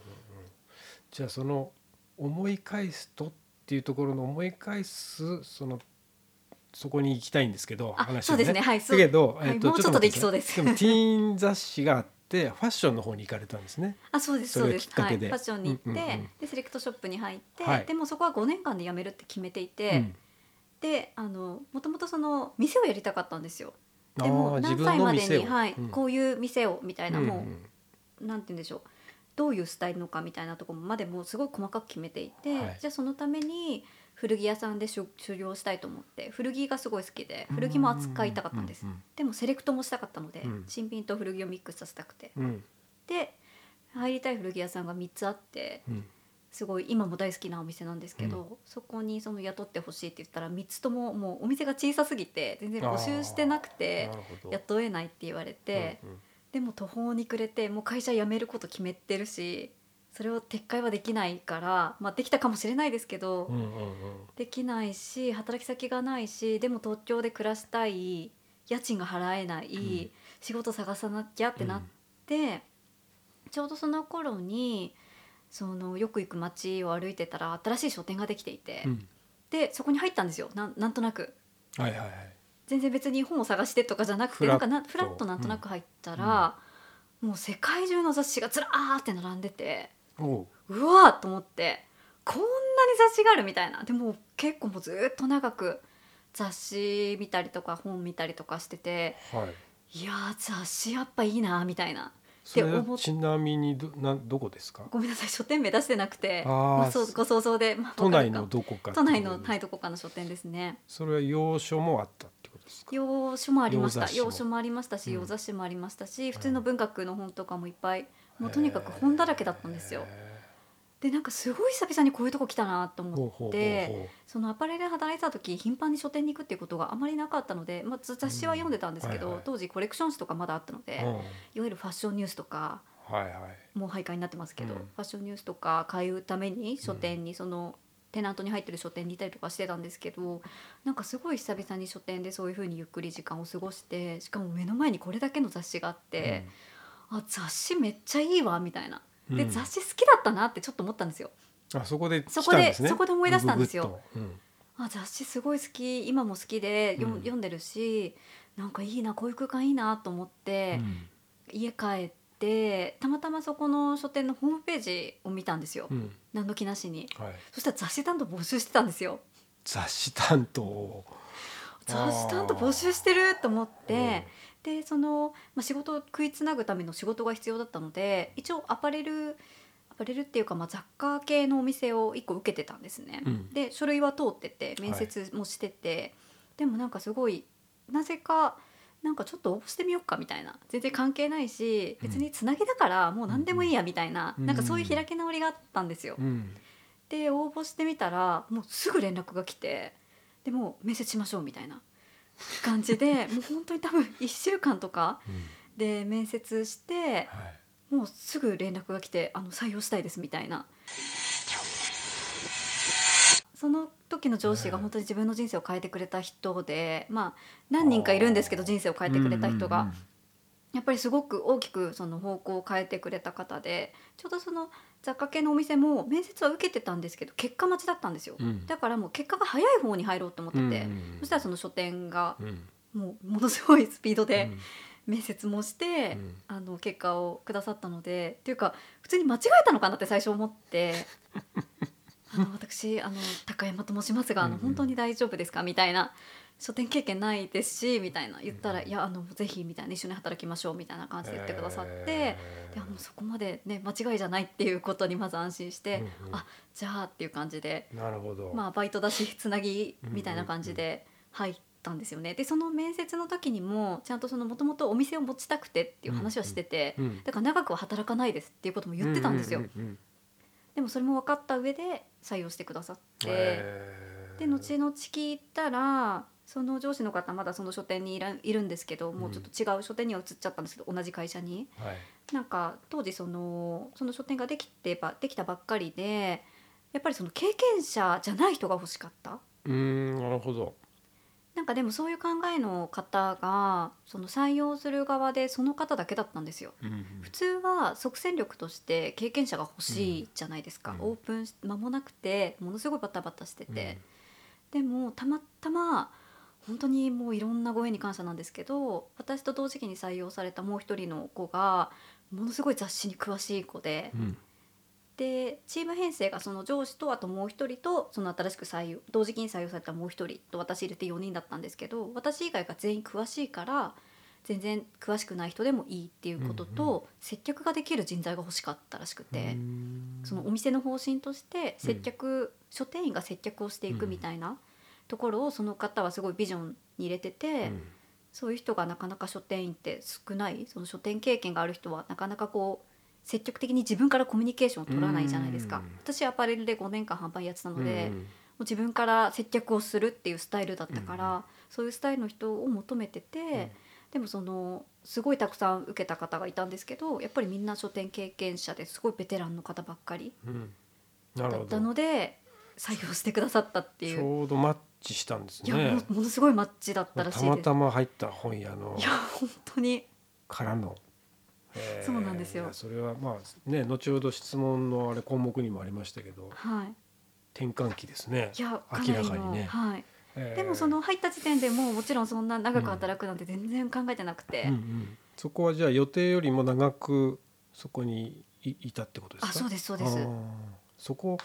Speaker 1: じゃあその思い返すとっていうところの思い返すそのそこに行きたいんですけど
Speaker 2: あ
Speaker 1: 話
Speaker 2: そうですねはい
Speaker 1: だ
Speaker 2: そう
Speaker 1: けど、
Speaker 2: はいもうちょっとできそうです
Speaker 1: 待ってくださいでもティーン雑誌があってファッションの方に行かれたんですね。
Speaker 2: あそうです
Speaker 1: そ
Speaker 2: そ
Speaker 1: れ
Speaker 2: う
Speaker 1: が
Speaker 2: です
Speaker 1: きっか
Speaker 2: は
Speaker 1: け
Speaker 2: いフ
Speaker 1: で
Speaker 2: ァッションに行って、
Speaker 1: うんうんうん
Speaker 2: でセレクトショップに入って、
Speaker 1: はい
Speaker 2: でもそこは5年間で辞めるって決めていて、であのもともとその店をやりたかったんですよ
Speaker 1: あー
Speaker 2: でも何歳までに、はい
Speaker 1: うん
Speaker 2: こういう店をみたいな、もう
Speaker 1: うんうん
Speaker 2: なんて言うんでしょうどういうスタイルのかみたいなところまでもうすごい細かく決めていて、
Speaker 1: はい
Speaker 2: じゃあそのために古着屋さんで修修行したいと思って古着がすごい好きで古着も扱いたかったんです、
Speaker 1: うんうんうん
Speaker 2: でもセレクトもしたかったので、
Speaker 1: うん
Speaker 2: 新品と古着をミックスさせたくて
Speaker 1: うん
Speaker 2: で入りたい古着屋さんが3つあって
Speaker 1: うん
Speaker 2: すごい今も大好きなお店なんですけど、そこにその雇ってほしいって言ったら3つとももうお店が小さすぎて全然募集してなくて
Speaker 1: なるほど
Speaker 2: 雇えないって言われて。
Speaker 1: うんうん
Speaker 2: でも途方に暮れてもう会社辞めること決めてるしそれを撤回はできないから、まあ、できたかもしれないですけど、
Speaker 1: うんうんうん
Speaker 2: できないし働き先がないしでも東京で暮らしたい家賃が払えない、
Speaker 1: うん
Speaker 2: 仕事探さなきゃってなって、ちょうどその頃にそのよく行く街を歩いてたら新しい書店ができていて、
Speaker 1: うん
Speaker 2: でそこに入ったんですよなんなんとなく
Speaker 1: はいはいはい
Speaker 2: 全然別に本を探してとかじゃなくて
Speaker 1: フラ
Speaker 2: なん
Speaker 1: ッ
Speaker 2: か
Speaker 1: と
Speaker 2: なフラッとなんとなく入ったら、もう世界中の雑誌がずらーって並んでて。
Speaker 1: おう
Speaker 2: うわーと思ってこんなに雑誌があるみたいなでも結構もうずーっと長く雑誌見たりとか本見たりとかしてて
Speaker 1: はい
Speaker 2: いやー雑誌やっぱいいなーみたいな
Speaker 1: それ
Speaker 2: って思っ
Speaker 1: はちなみにどなどこですか
Speaker 2: ごめんなさい書店名出してなくて
Speaker 1: あー
Speaker 2: まあ、そうご想像で、まあ、
Speaker 1: 都
Speaker 2: わか
Speaker 1: 内
Speaker 2: るか
Speaker 1: のどこか
Speaker 2: 都内の、はいい、どこかの書店ですね
Speaker 1: それは洋書もあったってことですか
Speaker 2: 洋書もありまし
Speaker 1: 洋
Speaker 2: た
Speaker 1: 雑誌も
Speaker 2: 洋書もありましたし
Speaker 1: うん
Speaker 2: 洋雑誌もありましたし、
Speaker 1: ん
Speaker 2: 普通の文学の本とかもいっぱいもうとにかく本だらけだったんですよ。
Speaker 1: へ
Speaker 2: でなんかすごい久々にこういうとこ来たなと
Speaker 1: ーほうほ
Speaker 2: 思
Speaker 1: うほ
Speaker 2: っ
Speaker 1: う
Speaker 2: て。
Speaker 1: ほ
Speaker 2: そのアパレルで働いてた時頻繁に書店に行くっていうことがあまりなかったので、まあ、ず雑誌は読んでたんですけど、
Speaker 1: うんはいはい
Speaker 2: 当時コレクション誌とかまだあったので、
Speaker 1: ううん
Speaker 2: いわゆるファッションニュースとか
Speaker 1: はいはい
Speaker 2: もう廃刊になってますけど、
Speaker 1: うん
Speaker 2: ファッションニュースとか買うために書店にその、テナントに入ってる書店にいたりとかしてたんですけどなんかすごい久々に書店でそういうふうにゆっくり時間を過ごしてしかも目の前にこれだけの雑誌があって、あ雑誌めっちゃいいわみたいな。で、
Speaker 1: うん
Speaker 2: 雑誌好きだったなってちょっと思ったんですよ。
Speaker 1: あそこで来
Speaker 2: そこで
Speaker 1: たんですね
Speaker 2: そこで思い出したんですよ
Speaker 1: ぐぐっとうん
Speaker 2: あ雑誌すごい好き今も好きで読,、
Speaker 1: うん
Speaker 2: 読んでるしなんかいいなこういう空間いいなと思って、家帰ってたまたまそこの書店のホームページを見たんですよ、
Speaker 1: うんうん
Speaker 2: 何の気なしに
Speaker 1: はい、
Speaker 2: そしたら雑誌担当募集してたんですよ
Speaker 1: 雑誌担当を
Speaker 2: 雑誌担当募集してると思ってでその、まあ、仕事を食いつなぐための仕事が必要だったので一応アパレルアパレルっていうか、まあ、雑貨系のお店を1個受けてたんですね、
Speaker 1: うん
Speaker 2: で書類は通ってて面接もしてて、でもなんかすごいなぜかなんかちょっと応募してみようかみたいな全然関係ないし別につなぎだからもう何でもいいやみたいな、
Speaker 1: うん
Speaker 2: なんかそういう開き直りがあったんですよ、
Speaker 1: うんうん
Speaker 2: で応募してみたらもうすぐ連絡が来てでもう面接しましょうみたいな感じで
Speaker 1: (laughs)
Speaker 2: もう本当に多分1週間とか
Speaker 1: うん
Speaker 2: で面接して
Speaker 1: はい
Speaker 2: もうすぐ連絡が来てあの採用したいですみたいなその時の上司が本当に自分の人生を変えてくれた人でまあ何人かいるんですけ
Speaker 1: あ
Speaker 2: ど
Speaker 1: ー
Speaker 2: 人生を変えてくれた人が、
Speaker 1: うんうん
Speaker 2: やっぱりすごく大きくその方向を変えてくれた方でちょうどその雑貨系のお店も面接は受けてたんですけど結果待ちだったんですよ、
Speaker 1: うん
Speaker 2: だからもう結果が早い方に入ろうと思ってて、
Speaker 1: うんうんうん
Speaker 2: そしたらその書店が
Speaker 1: うんうん
Speaker 2: もうものすごいスピードで
Speaker 1: うん
Speaker 2: 面接もして、
Speaker 1: うん
Speaker 2: あの結果をくださったのでっていうか普通に間違えたのかなって最初思って
Speaker 1: (laughs)
Speaker 2: あの私あの高山と申しますがあの
Speaker 1: うんうん
Speaker 2: 本当に大丈夫ですかみたいな書店経験ないですしみたいな言ったら「いやあのぜひ」みたいな「一緒に働きましょう」みたいな感じで言ってくださって。
Speaker 1: えー
Speaker 2: でもうそこまでね間違いじゃないっていうことにまず安心して、
Speaker 1: うんうん
Speaker 2: あじゃあっていう感じで
Speaker 1: なるほど、
Speaker 2: まあ、バイトだしつなぎみたいな感じで入ったんですよね。でその面接の時にもちゃんとそのもともとお店を持ちたくてっていう話はしてて、
Speaker 1: うん
Speaker 2: だから長くは働かないですっていうことも言ってたんですよ。
Speaker 1: うううんうん
Speaker 2: でもそれも分かった上で採用してくださって、
Speaker 1: へー
Speaker 2: で後々聞いたらその上司の方まだその書店にいらいるんですけどもうちょっと違う書店には移っちゃったんですけど同じ会社に。
Speaker 1: はい
Speaker 2: なんか当時そのその書店ができてばできたばっかりでやっぱりその経験者じゃない人が欲しかった
Speaker 1: うーんなるほど
Speaker 2: なんかでもそういう考えの方がその採用する側でその方だけだったんですよ。
Speaker 1: うんうん
Speaker 2: 普通は即戦力として経験者が欲しいじゃないですか、
Speaker 1: うん
Speaker 2: オープンし間もなくてものすごいバタバタしてて、でもたまたま本当にもういろんなご縁に感謝なんですけど私と同時期に採用されたもう一人の子がものすごい雑誌に詳しい子で、
Speaker 1: うんうん
Speaker 2: でチーム編成がその上司とあともう一人とその新しく採用同時期に採用されたもう一人と私入れて4人だったんですけど私以外が全員詳しいから全然詳しくない人でもいいっていうことと、
Speaker 1: うん
Speaker 2: 接客ができる人材が欲しかったらしくて。
Speaker 1: うーん
Speaker 2: そのお店の方針として接客、書店員が接客をしていくみたいなところをその方はすごいビジョンに入れて
Speaker 1: う
Speaker 2: て、
Speaker 1: ん
Speaker 2: そういう人がなかなか書店員って少ないその書店経験がある人はなかなかこう積極的に自分からコミュニケーションを取らないじゃないですか、
Speaker 1: うん
Speaker 2: 私アパレルで5年間販売やってたので、
Speaker 1: うんう
Speaker 2: も
Speaker 1: ん
Speaker 2: う自分から接客をするっていうスタイルだったから、そういうスタイルの人を求めてて、
Speaker 1: ん
Speaker 2: でもそのすごいたくさん受けた方がいたんですけどやっぱりみんな書店経験者ですごいベテランの方ばっかり
Speaker 1: うん、なる
Speaker 2: だ
Speaker 1: ほ
Speaker 2: った
Speaker 1: ど
Speaker 2: ので採用してくださったってい
Speaker 1: ち
Speaker 2: う
Speaker 1: ょうどマッチしたんです
Speaker 2: いやも
Speaker 1: ね
Speaker 2: うものすごいマッチだったらしい
Speaker 1: た
Speaker 2: です。
Speaker 1: またま入った本屋の
Speaker 2: いや本当に
Speaker 1: からの、えー
Speaker 2: (laughs) そうなんですよ
Speaker 1: いやそれはまあね後ほど質問のあれ項目にもありましたけど
Speaker 2: はい
Speaker 1: 転換期ですね
Speaker 2: いやかなり
Speaker 1: 明
Speaker 2: の
Speaker 1: らかにね、
Speaker 2: はい、
Speaker 1: えー
Speaker 2: でもその入った時点でもうもちろんそんな長く働くなんて全然考えてなくて、
Speaker 1: うんうんそこはじゃあ予定よりも長くそこにいいたってことですか
Speaker 2: あそうですそうです
Speaker 1: あーそこ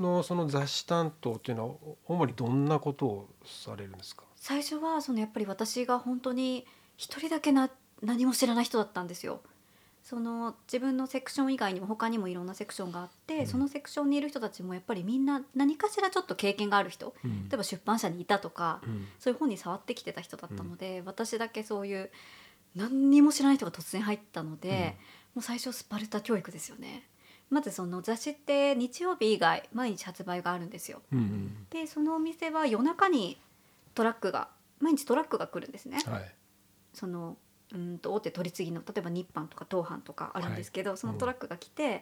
Speaker 1: のその雑誌担当っていうのは主にどんなことをされるんですか
Speaker 2: 最初はそのやっぱり私が本当に一人だけな何も知らない人だったんですよ。その自分のセクション以外にも他にもいろんなセクションがあって、
Speaker 1: うん
Speaker 2: そのセクションにいる人たちもやっぱりみんな何かしらちょっと経験がある人
Speaker 1: うん
Speaker 2: 例えば出版社にいたとか、
Speaker 1: うん
Speaker 2: そういう本に触ってきてた人だったので、私だけそういう何にも知らない人が突然入ったので、
Speaker 1: うん
Speaker 2: もう最初スパルタ教育ですよねまずその雑誌って日曜日以外毎日発売があるんですよ
Speaker 1: うん
Speaker 2: でそのお店は夜中にトラックが毎日トラックが来るんですね
Speaker 1: うんはい
Speaker 2: そのうんと大手取り次ぎの例えば日販とか東販とかあるんですけど、そのトラックが来て、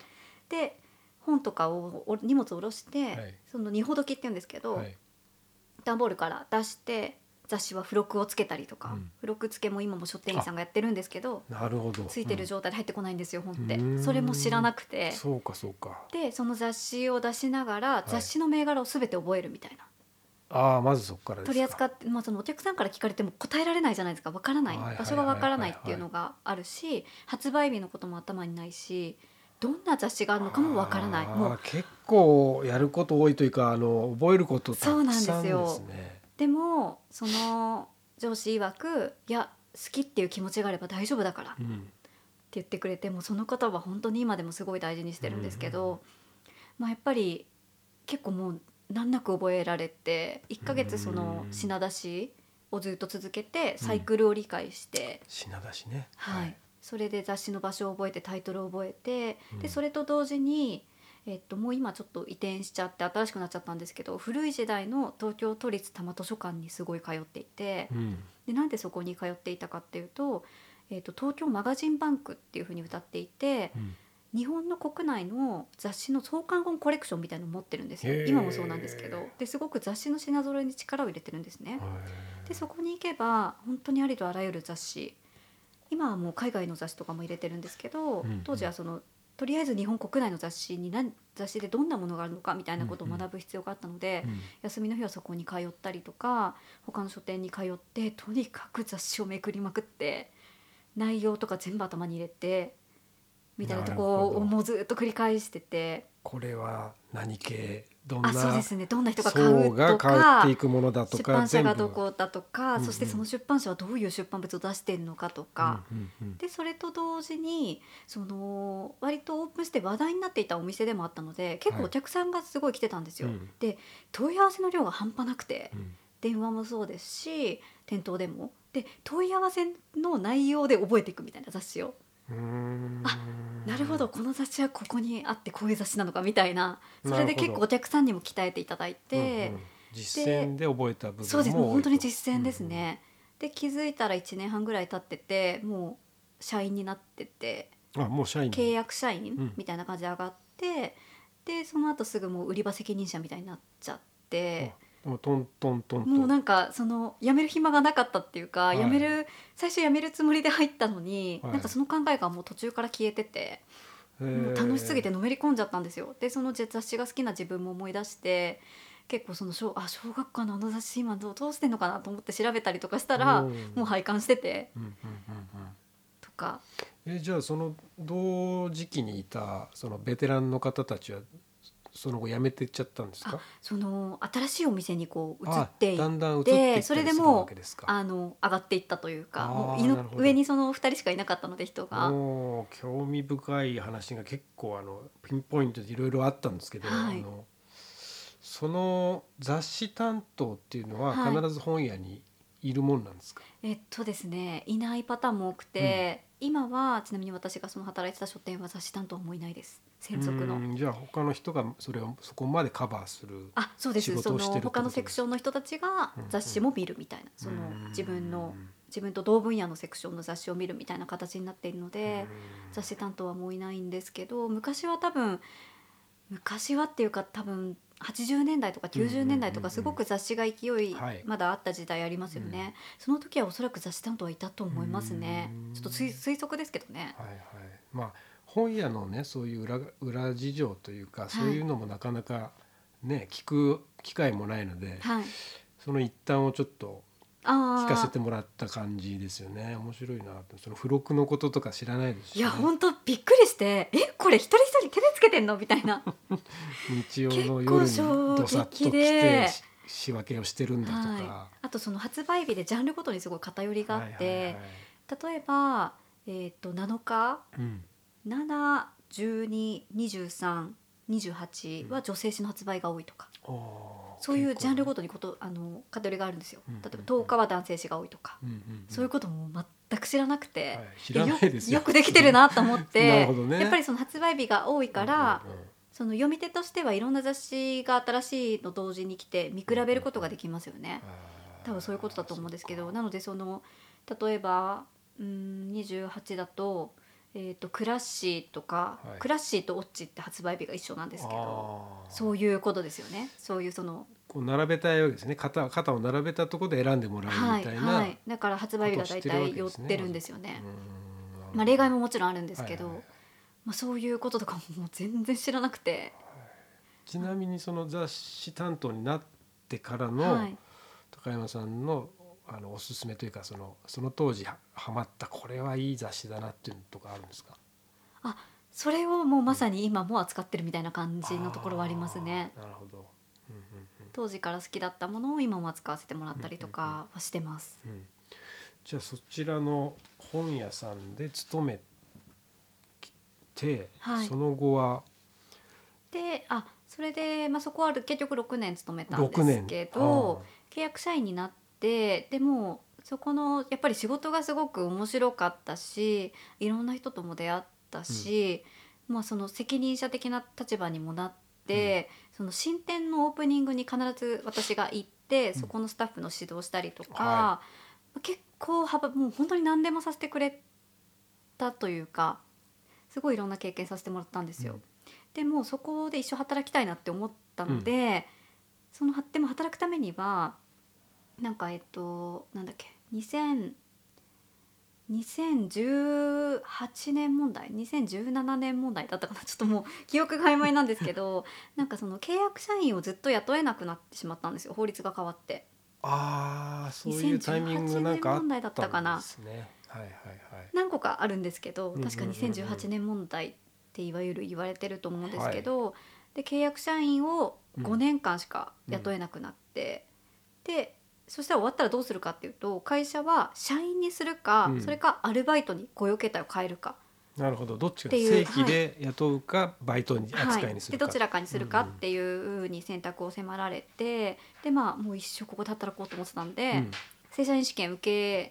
Speaker 2: で本とかをお荷物を下ろして、
Speaker 1: はい
Speaker 2: その荷ほどきって言うんですけど、
Speaker 1: はい
Speaker 2: 段ボールから出して雑誌は付録をつけたりとか、
Speaker 1: うん
Speaker 2: 付録付けも今も書店員さんがやってるんですけど
Speaker 1: なるほど
Speaker 2: ついてる状態で入ってこないんですよ、本って
Speaker 1: うーん
Speaker 2: それも知らなく
Speaker 1: うん
Speaker 2: て
Speaker 1: そうかそうか
Speaker 2: でその雑誌を出しながら
Speaker 1: い
Speaker 2: 雑誌の銘柄を全て覚えるみたいな、
Speaker 1: ああまずそこからですか
Speaker 2: 取り扱って、まあ、そのお客さんから聞かれても答えられないじゃないですかわからない
Speaker 1: はいはいはい
Speaker 2: 場所がわからないっていうのがあるし発売日のことも頭にないしどんな雑誌があるのかもわからない
Speaker 1: あー
Speaker 2: もう
Speaker 1: 結構やること多いというかあの覚えることたくさんですね
Speaker 2: そうなんですよでもその上司曰くいや好きっていう気持ちがあれば大丈夫だから
Speaker 1: うん
Speaker 2: って言ってくれてもうその方は本当に今でもすごい大事にしてるんですけど、まあ、やっぱり結構もう難なく覚えられて1ヶ月その
Speaker 1: うん
Speaker 2: 品出しをずっと続けてサイクルを理解して、
Speaker 1: 品出しね
Speaker 2: はい、それで雑誌の場所を覚えてタイトルを覚えて、
Speaker 1: うん
Speaker 2: でそれと同時に、えっと、もう今ちょっと移転しちゃって新しくなっちゃったんですけど古い時代の東京都立多摩図書館にすごい通っていて。
Speaker 1: うん
Speaker 2: でなんでそこに通っていたかっていうと,、えー、と東京マガジンバンクっていうふうに歌っていて
Speaker 1: うん
Speaker 2: 日本の国内の雑誌の創刊本コレクションみたいのを持ってるんです
Speaker 1: へ
Speaker 2: よ
Speaker 1: ー
Speaker 2: 今もそうなんですけどですごく雑誌の品揃えに力を入れてるんですね。
Speaker 1: はい
Speaker 2: でそこに行けば本当にありとあらゆる雑誌今はもう海外の雑誌とかも入れてるんですけど、
Speaker 1: うんうん
Speaker 2: 当時はそのとりあえず日本国内の雑誌に何雑誌でどんなものがあるのかみたいなことを学ぶ必要があったので、
Speaker 1: うん
Speaker 2: 休みの日はそこに通ったりとか他の書店に通ってとにかく雑誌をめくりまくって内容とか全部頭に入れてみたいなとこ
Speaker 1: なるほ
Speaker 2: を
Speaker 1: ど
Speaker 2: もうずっと繰り返してて
Speaker 1: これは何系どん
Speaker 2: あそうで
Speaker 1: な
Speaker 2: すねどんな人が買
Speaker 1: 層
Speaker 2: う
Speaker 1: が
Speaker 2: と
Speaker 1: 変
Speaker 2: か
Speaker 1: わっていくものだと
Speaker 2: 出
Speaker 1: か
Speaker 2: 版社が
Speaker 1: 全
Speaker 2: ど
Speaker 1: 部
Speaker 2: こだとか、
Speaker 1: うんうん
Speaker 2: そしてその出版社はどういう出版物を出してるのかとか。
Speaker 1: うんうんうん
Speaker 2: でそれと同時にその割とオープンして話題になっていたお店でもあったので結
Speaker 1: は
Speaker 2: 構
Speaker 1: い
Speaker 2: お客さんがすごい来てたんですよ。
Speaker 1: うん
Speaker 2: で問い合わせの量が半端なくて、
Speaker 1: うん
Speaker 2: 電話もそうですし店頭でもで問い合わせの内容で覚えていくみたいな雑誌を、
Speaker 1: うーん
Speaker 2: なるほどこの雑誌はここにあってこういう雑誌なのかみたいなそ
Speaker 1: な
Speaker 2: れ
Speaker 1: る
Speaker 2: で
Speaker 1: ほど
Speaker 2: 結構お客さんにも鍛えていただい
Speaker 1: うんう
Speaker 2: て、
Speaker 1: ん実践で覚えた部分も
Speaker 2: そうです
Speaker 1: 多
Speaker 2: もう
Speaker 1: い
Speaker 2: 本
Speaker 1: と
Speaker 2: 当に実践ですね、で気づいたら1年半ぐらい経っててもう社員になってて
Speaker 1: うんあもう社員
Speaker 2: 契約社
Speaker 1: うん
Speaker 2: 員みたいな感じで上がって、でその後すぐもう売り場責任者みたいになっちゃって。
Speaker 1: もうトントントンと
Speaker 2: もうなんかその辞める暇がなかったっていうか、
Speaker 1: はい
Speaker 2: 辞める最初辞めるつもりで入ったのに、
Speaker 1: はい
Speaker 2: なんかその考えがもう途中から消えてて、もう楽しすぎてのめり込んじゃったんですよでその雑誌が好きな自分も思い出して結構その小あ小学館のあの雑誌今どうどうしてんのかなと思って調べたりとかしたら、
Speaker 1: うん
Speaker 2: もう廃刊してて
Speaker 1: うんうんうんうん
Speaker 2: とか
Speaker 1: えじゃあその同時期にいたそのベテランの方たちはその後辞めてっちゃったんですか
Speaker 2: その新しいお店にこう移ってい
Speaker 1: あ
Speaker 2: っ
Speaker 1: だんだん移っていった
Speaker 2: で
Speaker 1: り
Speaker 2: そ
Speaker 1: す
Speaker 2: れで
Speaker 1: る
Speaker 2: も
Speaker 1: わ
Speaker 2: う
Speaker 1: けですか
Speaker 2: あの上がっていったというか
Speaker 1: あーな
Speaker 2: もう
Speaker 1: る
Speaker 2: の
Speaker 1: ほど
Speaker 2: 上にその2人しかいなかったので人が。
Speaker 1: もう興味深い話が結構あのピンポイントでいろいろあったんですけど、
Speaker 2: はい
Speaker 1: あのその雑誌担当っていうのは
Speaker 2: はい
Speaker 1: 必ず本屋にいるもんなんですか、
Speaker 2: えっとですねいないパターンも多くて、今はちなみに私がその働いてた書店は雑誌担当はもういないです専属の
Speaker 1: うんじゃあ他の人がそれをそこまでカバーする
Speaker 2: あそうで
Speaker 1: 仕
Speaker 2: す
Speaker 1: 事
Speaker 2: そ
Speaker 1: を
Speaker 2: の
Speaker 1: してるってこと
Speaker 2: 他のセクションの人たちが
Speaker 1: うん
Speaker 2: 雑誌も見るみたいな、
Speaker 1: うん
Speaker 2: その自分の自分と同分野のセクションの雑誌を見るみたいな形になっているので、
Speaker 1: うん
Speaker 2: 雑誌担当はもういないんですけど昔は多分昔はっていうか多分80年代とか90
Speaker 1: うんうん
Speaker 2: 年代と
Speaker 1: うんうん
Speaker 2: かすごく雑誌が勢い
Speaker 1: はい
Speaker 2: まだあった時代ありますよね、
Speaker 1: うん
Speaker 2: その時はおそらく雑誌担当はいたと思いますね
Speaker 1: うん
Speaker 2: ちょっと推推測ですけどね
Speaker 1: はいはいまあ本屋のねそういう裏が裏事情というか、
Speaker 2: い
Speaker 1: そういうのもなかなかね聞く機会もないので、
Speaker 2: はい
Speaker 1: その一端をちょっと
Speaker 2: あ
Speaker 1: 聞
Speaker 2: あ
Speaker 1: かせてもらった感じですよね面白いなとその付録のこととか知らないですし、
Speaker 2: い
Speaker 1: ね、
Speaker 2: や本当びっくりしてえこれ一人一人手でつけてんのみた
Speaker 1: (laughs)
Speaker 2: いな
Speaker 1: 日曜の夜に
Speaker 2: 結構
Speaker 1: どさっと来
Speaker 2: 衝撃で
Speaker 1: てし仕分けをしてるんだとか、
Speaker 2: はいあとその発売日でジャンルごとにすごい偏りがあって、
Speaker 1: はいはいはい
Speaker 2: 例えば、えー、と7日
Speaker 1: うん
Speaker 2: 7122328は女性誌の発売が多いとか、
Speaker 1: おー
Speaker 2: そういうジャンルご
Speaker 1: 結
Speaker 2: とにことあの偏りがあるんですよ。
Speaker 1: うんうんうん
Speaker 2: 例えば10日は男性誌が多いとか、
Speaker 1: 構ねうんうんん
Speaker 2: そういうことも全く知らなくて、
Speaker 1: はい知らないですよ
Speaker 2: よくできてるなと思
Speaker 1: (laughs)
Speaker 2: っ
Speaker 1: な
Speaker 2: て
Speaker 1: るほどね
Speaker 2: やっぱりその発売日が多いから、
Speaker 1: うんうんうん
Speaker 2: その読み手としてはいろんな雑誌が新しいの同時に来て見比べることができますよね。
Speaker 1: あー
Speaker 2: 多分そういうことだと思うんですけどなのでその例えばうん28だと,、えー、とクラッシーとか、
Speaker 1: はい
Speaker 2: クラッシーとオッチって発売日が一緒なんですけど
Speaker 1: あー
Speaker 2: そういうことですよねそういうその
Speaker 1: こう並べたいわけですね肩肩を並べたところで選んでもらう
Speaker 2: は
Speaker 1: み
Speaker 2: い
Speaker 1: たいな、
Speaker 2: はいだから発売日が
Speaker 1: ことを
Speaker 2: 大
Speaker 1: してるわけ
Speaker 2: 体寄
Speaker 1: で
Speaker 2: っ
Speaker 1: すね
Speaker 2: てるんですよね
Speaker 1: う。ん
Speaker 2: まあ、例外ももちろんあるんですけど、
Speaker 1: はいはいはい
Speaker 2: まあ、そういうこととかももう全然知らなくて、
Speaker 1: ちなみにその雑誌担当になってからの、
Speaker 2: はい、
Speaker 1: 高山さんのあのおすすめというかそのその当時はハマったこれはいい雑誌だなっていうのとかあるんですか
Speaker 2: それをもうまさに今も扱ってるみたいな感じのところはありますね。
Speaker 1: あーなるほど、うん
Speaker 2: 当時から好きだったものを今も扱わせてもらったりとかはしてます。
Speaker 1: うんうんうん、じゃあそちらの本屋さんで勤めて、
Speaker 2: はい
Speaker 1: その後は
Speaker 2: であそれで、まあ、そこは結局6年勤めたんで
Speaker 1: 6
Speaker 2: す
Speaker 1: 年
Speaker 2: けど契約社員になってでもそこのやっぱり仕事がすごく面白かったしいろんな人とも出会ったし、まあ、その責任者的な立場にもなって、その新店のオープニングに必ず私が行って
Speaker 1: ん
Speaker 2: そこのスタッフの指導したりとか、
Speaker 1: は
Speaker 2: 結構幅もう本当に何でもさせてくれたというかすごいいろんな経験させてもらったんですよ。
Speaker 1: うん
Speaker 2: でもうそこで一緒働きたいなって思ったので、そのはでも働くためにはなんかえっとなんだっけ2000 2018年問題2017年問題だったかな (laughs) ちょっともう記憶が曖昧なんですけどなんかその契約社員をずっと雇えなくなってしまったんですよ法律が変わって。
Speaker 1: ああそういうタイミングなんかあったんですね。はいはいはい。
Speaker 2: 何個かあるんですけ
Speaker 1: う
Speaker 2: ど
Speaker 1: んうんうん
Speaker 2: 確か2018年問題っていわゆる言われてると思うんですけど、で契約社員を5年間しか雇えなくなって、でそしたら終わったらどうするかっていうと会社は社員にするか、
Speaker 1: うん
Speaker 2: それかアルバイトに雇用形態を変えるか、
Speaker 1: なるほどどっち
Speaker 2: っ
Speaker 1: か
Speaker 2: てい
Speaker 1: 正
Speaker 2: う
Speaker 1: 規で雇うかバイトに扱いにするか。
Speaker 2: でどちらかにするか
Speaker 1: うんうん
Speaker 2: っていうふうに選択を迫られてでまあもう一生ここで働こうと思ってたんで、
Speaker 1: うん
Speaker 2: 正社員試験受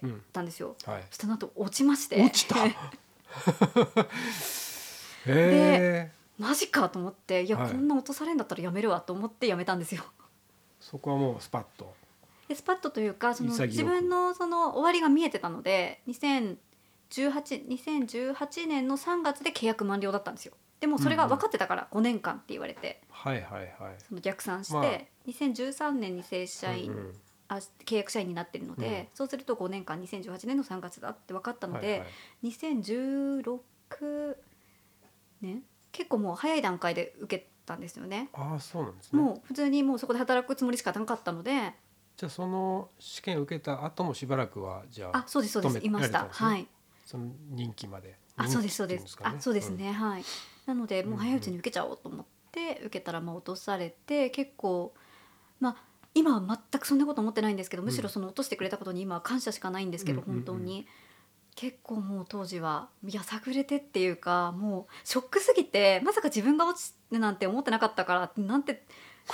Speaker 2: け
Speaker 1: うん
Speaker 2: たんですよ。
Speaker 1: はい。
Speaker 2: その後落ちまして
Speaker 1: 落ち
Speaker 2: (laughs)
Speaker 1: た。ええ
Speaker 2: マジかと思っていや、
Speaker 1: はい
Speaker 2: こんな落とされんだったらやめるわと思ってやめたんですよ。 (laughs)
Speaker 1: そこはもうスパッと。
Speaker 2: でスパッとというかその
Speaker 1: 潔く
Speaker 2: 自分のその終わりが見えてたので2018 2018年の3月で契約満了だったんですよ。でもそれが分かってたから5年間って言われて
Speaker 1: はいはいはい。
Speaker 2: その逆算して、
Speaker 1: まあ
Speaker 2: 2013年に正社員、
Speaker 1: うんうん
Speaker 2: あ契約社員になってるので、
Speaker 1: うん
Speaker 2: そうすると5年間2018年の3月だって分かったので、
Speaker 1: はいはい
Speaker 2: 2016年結構もう早い段階で受けたんですよね。
Speaker 1: ああそうなんですね。
Speaker 2: もう普通にもうそこで働くつもりしかなかったので
Speaker 1: じゃあその試験受けた後もしばらくはじゃ
Speaker 2: あ
Speaker 1: あ
Speaker 2: そうですそうですいまし
Speaker 1: 勤められた
Speaker 2: た
Speaker 1: んですね
Speaker 2: はい
Speaker 1: その任期まで。
Speaker 2: あそうですそうで
Speaker 1: 任
Speaker 2: す
Speaker 1: 期っていん
Speaker 2: あそうです
Speaker 1: か。
Speaker 2: ねはいなのでもう早いうちに受けちゃおうと思って受けたらまあ落とされて結構まあ今は全くそんなこと思ってないんですけどむしろその落としてくれたことに今は感謝しかないんですけ
Speaker 1: う
Speaker 2: ど
Speaker 1: んうんう
Speaker 2: 本
Speaker 1: ん
Speaker 2: 当に結構もう当時はいやさぐれてっていうかもうショックすぎてまさか自分が落ちるなんて思ってなかったからなんて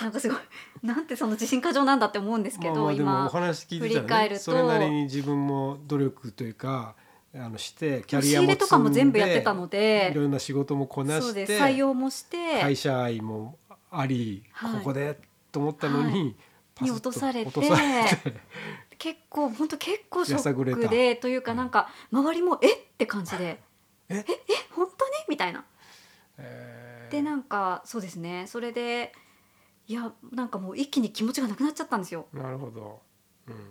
Speaker 2: なんかすごいなんてその自信過剰なんだって思うんですけ
Speaker 1: まあ、ま
Speaker 2: ど
Speaker 1: あでもお
Speaker 2: 今。
Speaker 1: 話聞いてた
Speaker 2: 振り
Speaker 1: ら
Speaker 2: 返
Speaker 1: ね
Speaker 2: ると
Speaker 1: それなりに自分も努力というかあのしてキャ
Speaker 2: 仕
Speaker 1: リア
Speaker 2: 入
Speaker 1: も
Speaker 2: れとかも
Speaker 1: 積ん
Speaker 2: 全部
Speaker 1: で
Speaker 2: やってたので
Speaker 1: いろんな仕事もこな
Speaker 2: そう
Speaker 1: して
Speaker 2: です採用もして
Speaker 1: 会社愛もあり、
Speaker 2: はい
Speaker 1: ここでと思ったのに、
Speaker 2: はい
Speaker 1: パスッ
Speaker 2: に落とされて (laughs)
Speaker 1: 落とされて
Speaker 2: 結構本当結構ショ
Speaker 1: やさぐれ
Speaker 2: ッ
Speaker 1: た
Speaker 2: クでというかなんか周りも「えっ!」て感じで「
Speaker 1: え
Speaker 2: ええ本当に?」みたいな。
Speaker 1: えー
Speaker 2: でなんかそうですねそれでいやなんかもう一気に気持ちがなくなっちゃったんですよ。
Speaker 1: なるほど、うんうん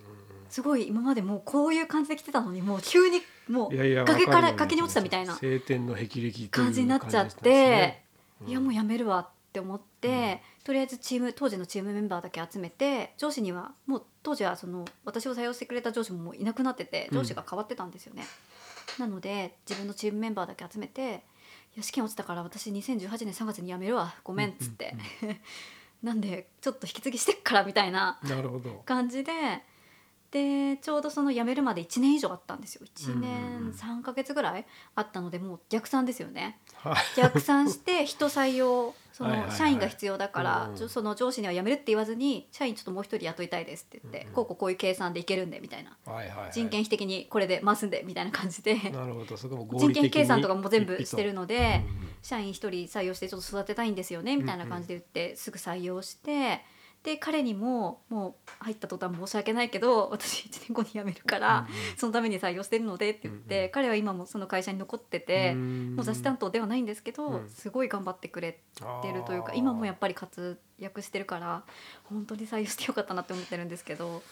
Speaker 2: すごい今までもうこういう感じで来てたのにもう急に
Speaker 1: う
Speaker 2: も
Speaker 1: ん、
Speaker 2: う
Speaker 1: いやいや
Speaker 2: 崖から
Speaker 1: わるよ
Speaker 2: 崖に落ちたみたいな
Speaker 1: 晴天の霹靂という
Speaker 2: 感じになっちゃっ
Speaker 1: 感じです
Speaker 2: て
Speaker 1: ね、
Speaker 2: いやもうやめるわって思って、とりあえずチーム当時のチームメンバーだけ集めて上司にはもう当時はその私を採用してくれた上司ももういなくなってて
Speaker 1: うん
Speaker 2: 上司が変わってたんですよね、なので自分のチームメンバーだけ集めて「いや試験落ちたから私2018年3月に辞めるわごめん」っつって、 (laughs) なんでちょっと引き継ぎしてっからみたいな
Speaker 1: うんなるほど
Speaker 2: 感じででちょうどその辞めるまで1年以上あったんですよ1
Speaker 1: うんうんうん
Speaker 2: 年3ヶ月ぐらいあったのでもう逆算ですよね
Speaker 1: はい
Speaker 2: 逆算して人採用そ
Speaker 1: はいはいは
Speaker 2: の
Speaker 1: い
Speaker 2: 社員が必要だか
Speaker 1: う
Speaker 2: ら
Speaker 1: ん
Speaker 2: ちょその上司には辞めるって言わずに社員ちょっともう一人雇いたいですって言っ
Speaker 1: う
Speaker 2: て
Speaker 1: んうん
Speaker 2: こうこうこういう計算でいけるんでみたいな
Speaker 1: はいはいはい
Speaker 2: 人件費的にこれで回すんでみたいな感じで
Speaker 1: なるほどそこも合理
Speaker 2: (laughs) 人
Speaker 1: 的
Speaker 2: 件
Speaker 1: に
Speaker 2: 費計算とかも全部してるので
Speaker 1: うんうん
Speaker 2: 社員一人採用してちょっと育てたいんですよねみたいな感じで言ってすぐ採用してで彼にももう入った途端申し訳ないけど私1年後に辞めるからそのために採用してるのでって言っ
Speaker 1: うんう
Speaker 2: て彼は今もその会社に残ってて。もう雑誌担当ではないんですけど、
Speaker 1: うん
Speaker 2: すごい頑張ってくれ
Speaker 1: 当
Speaker 2: てるというか今もやっぱり活躍してるから本当に採用してよかったなって思ってるんですけど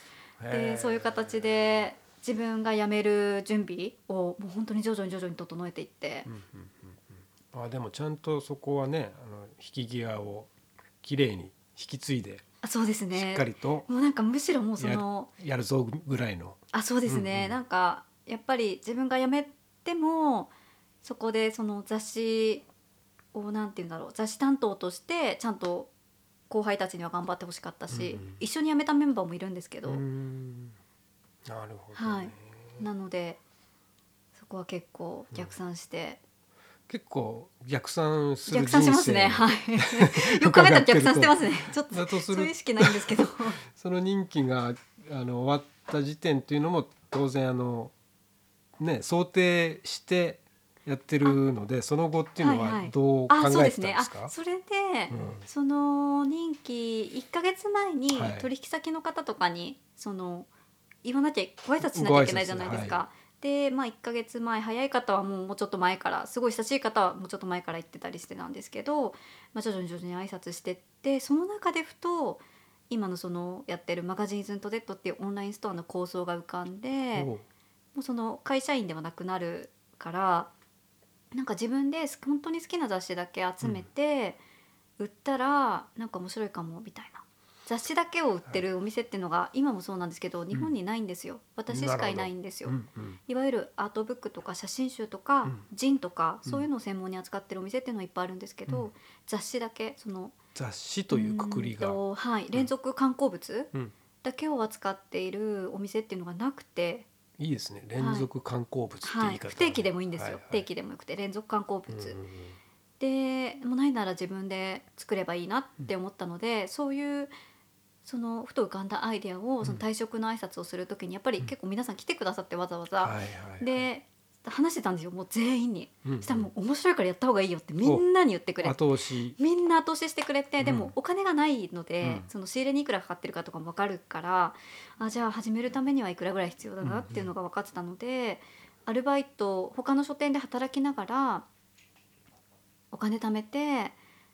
Speaker 1: ぱ
Speaker 2: でそういう形で自分が辞める準備をもう本当に徐々に徐々に整えていって
Speaker 1: う、んうんうんうんあでもちゃんとそこはねあの引き際をきれいに引き継いで
Speaker 2: あそうです
Speaker 1: し
Speaker 2: ね
Speaker 1: っかりと
Speaker 2: もうなんかむしろもうその
Speaker 1: やるぞぐらいの、
Speaker 2: あそうですね、
Speaker 1: うんうん
Speaker 2: なんかやっぱり自分が辞めてもそこでその雑誌をなんて言うんだろう雑誌担当としてちゃんと後輩たちには頑張ってほしかったし、
Speaker 1: うんうん
Speaker 2: 一緒に辞めたメンバーもいるんですけど、
Speaker 1: うんなるほど、ね
Speaker 2: はいなのでそこは結構逆算して、
Speaker 1: 結構逆算する
Speaker 2: 逆算しますねはい (laughs) よく考えたら逆算してますねちょっと
Speaker 1: だとす
Speaker 2: そういう
Speaker 1: る
Speaker 2: 意識ないん
Speaker 1: (laughs)
Speaker 2: ですけど
Speaker 1: その任期があの終わった時点というのも当然あのね想定してやってるのでその後っていうの
Speaker 2: はい
Speaker 1: は
Speaker 2: はい
Speaker 1: どう考
Speaker 2: あそう
Speaker 1: え
Speaker 2: で
Speaker 1: てた
Speaker 2: す
Speaker 1: ん
Speaker 2: ね
Speaker 1: ですか、
Speaker 2: あそれで、
Speaker 1: うん
Speaker 2: その任期1か月前に
Speaker 1: はい
Speaker 2: 取引先の方とかにその言わなきゃご挨拶しなきゃいけないじゃないですか。
Speaker 1: ご
Speaker 2: でまあ、1か月前早い方はもうもうちょっと前からすごい親しい方はもうちょっと前から行ってたりしてたんですけど、まあ、徐々に徐々に挨拶してってその中でふと今のそのやってるマガジンズントデッドっていうオンラインストアの構想が浮かんで
Speaker 1: おう
Speaker 2: もうその会社員ではなくなるからなんか自分で好き本当に好きな雑誌だけ集めて、売ったらなんか面白いかもみたいな雑誌だけを売ってるお店っていうのが今もそうなんですけど日本にないんですよ、私しかいないんですよ
Speaker 1: う。んうん
Speaker 2: いわゆるアートブックとか写真集とか、
Speaker 1: うん
Speaker 2: ジンとか
Speaker 1: うん
Speaker 2: そういうのを専門に扱ってるお店っていうのはいっぱいあるんですけど、
Speaker 1: うん
Speaker 2: 雑誌だけその
Speaker 1: 雑誌というくくりが
Speaker 2: うんとはい、連続観光物
Speaker 1: うん
Speaker 2: だけを扱っているお店っていうのがなくて、
Speaker 1: いいですね連続観光物って言い方、
Speaker 2: はい、不定期でもいいんですよ、
Speaker 1: は
Speaker 2: 不定期でもよくて連続観光物、
Speaker 1: うんうんうん
Speaker 2: でもうないなら自分で作ればいいなって思ったので、そういうそのふと浮かんだアイデア
Speaker 1: ん
Speaker 2: をその退職の挨拶をする時にやっぱり結構皆さん来てくださってわざわざ、
Speaker 1: はいはいはい、
Speaker 2: で話してたんですよもう全員に、
Speaker 1: うんうん
Speaker 2: したらもう面白いからやった方がいいよってみんなに言ってくれて
Speaker 1: 後押し
Speaker 2: みんな後押ししてくれてで
Speaker 1: うん
Speaker 2: もお金がないので、
Speaker 1: うん
Speaker 2: その仕入れにいくらかかってるかとかも分かるからあじゃあ始めるためにはいくらぐらい必要だなっていうのが分かってたので、アルバイト他の書店で働きながらお金貯めて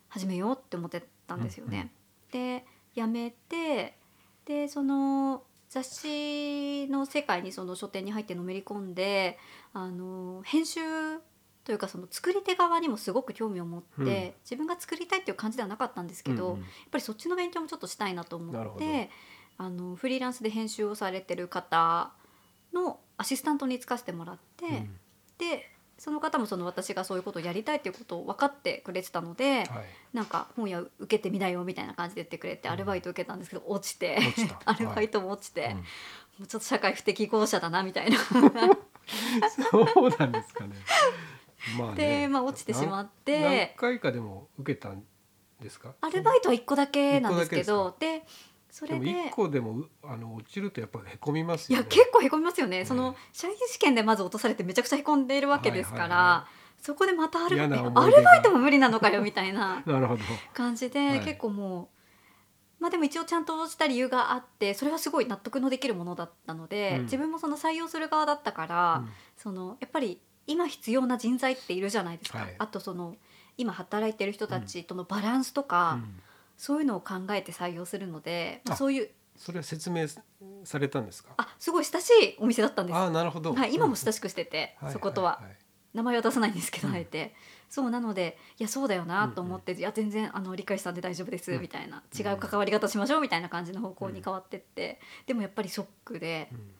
Speaker 2: 始めようって思ってたんですよね。で辞めてでその雑誌の世界にその書店に入ってのめり込んであの編集というかその作り手側にもすごく興味を持って、
Speaker 1: うん
Speaker 2: 自分が作りたいっていう感じではなかったんですけど、
Speaker 1: うん
Speaker 2: やっぱりそっちの勉強もちょっとしたいなと思
Speaker 1: なるほ
Speaker 2: っ
Speaker 1: ど
Speaker 2: てあのフリーランスで編集をされてる方のアシスタントにつかせてもらって、
Speaker 1: うん
Speaker 2: でその方もその私がそういうことをやりたいっていうことを分かってくれてたので、
Speaker 1: はい、
Speaker 2: なんか本屋受けてみなよみたいな感じで言ってくれて
Speaker 1: うん
Speaker 2: アルバイト受けたんですけど落ちて
Speaker 1: 落
Speaker 2: (laughs)
Speaker 1: ちた
Speaker 2: アルバイトも落ちて、
Speaker 1: う
Speaker 2: も
Speaker 1: ん
Speaker 2: うちょっと社会不適合者だなみたいな
Speaker 1: そうなんですかね。まあね
Speaker 2: で、まあ、落ちてしまっ
Speaker 1: な何
Speaker 2: て
Speaker 1: 回かでも受けたんですか。
Speaker 2: アルバイトは1個だけなんですけ
Speaker 1: 一個
Speaker 2: どでそ
Speaker 1: で
Speaker 2: れ
Speaker 1: も
Speaker 2: で
Speaker 1: 一個でもうあの落ちるとやっぱへこみます
Speaker 2: い
Speaker 1: よね。
Speaker 2: や結構へこみますよね、
Speaker 1: ね
Speaker 2: その社員試験でまず落とされてめちゃくちゃへこんでいるわけですから、
Speaker 1: はいはいは
Speaker 2: そこでまたアルバ
Speaker 1: 嫌
Speaker 2: イ
Speaker 1: な
Speaker 2: ト
Speaker 1: 思い
Speaker 2: ア
Speaker 1: 出が (laughs)
Speaker 2: ルバイトも無理なのかよみたいな
Speaker 1: なるほど。
Speaker 2: 感じで、
Speaker 1: はい
Speaker 2: 結構もうまあでも一応ちゃんとした理由があってそれはすごい納得のできるものだったので、
Speaker 1: うん
Speaker 2: 自分もその採用する側だったから、
Speaker 1: うん
Speaker 2: そのやっぱり今必要な人材っているじゃないですか、
Speaker 1: はい
Speaker 2: あとその今働いてる人たちとのバランスとか、
Speaker 1: うん
Speaker 2: そういうのを考えて採用するので、まあ、
Speaker 1: あ
Speaker 2: そういう
Speaker 1: それは説明されたんですか
Speaker 2: あすごい親しいお店だったんです、
Speaker 1: ああなるほど、
Speaker 2: はい、今も親
Speaker 1: し
Speaker 2: しくしてて、
Speaker 1: い
Speaker 2: そことは。
Speaker 1: いい
Speaker 2: 名前は出さないんですけど、
Speaker 1: うん
Speaker 2: あえてそうなのでいやそうだよなと思って、いや全然あの理解したんで大丈夫です、
Speaker 1: うん
Speaker 2: みたいな
Speaker 1: うん
Speaker 2: 違う関わり方しましょうみたいな感じの方向
Speaker 1: う
Speaker 2: に
Speaker 1: ん
Speaker 2: 変わってって、でもやっぱりショックで
Speaker 1: う、ん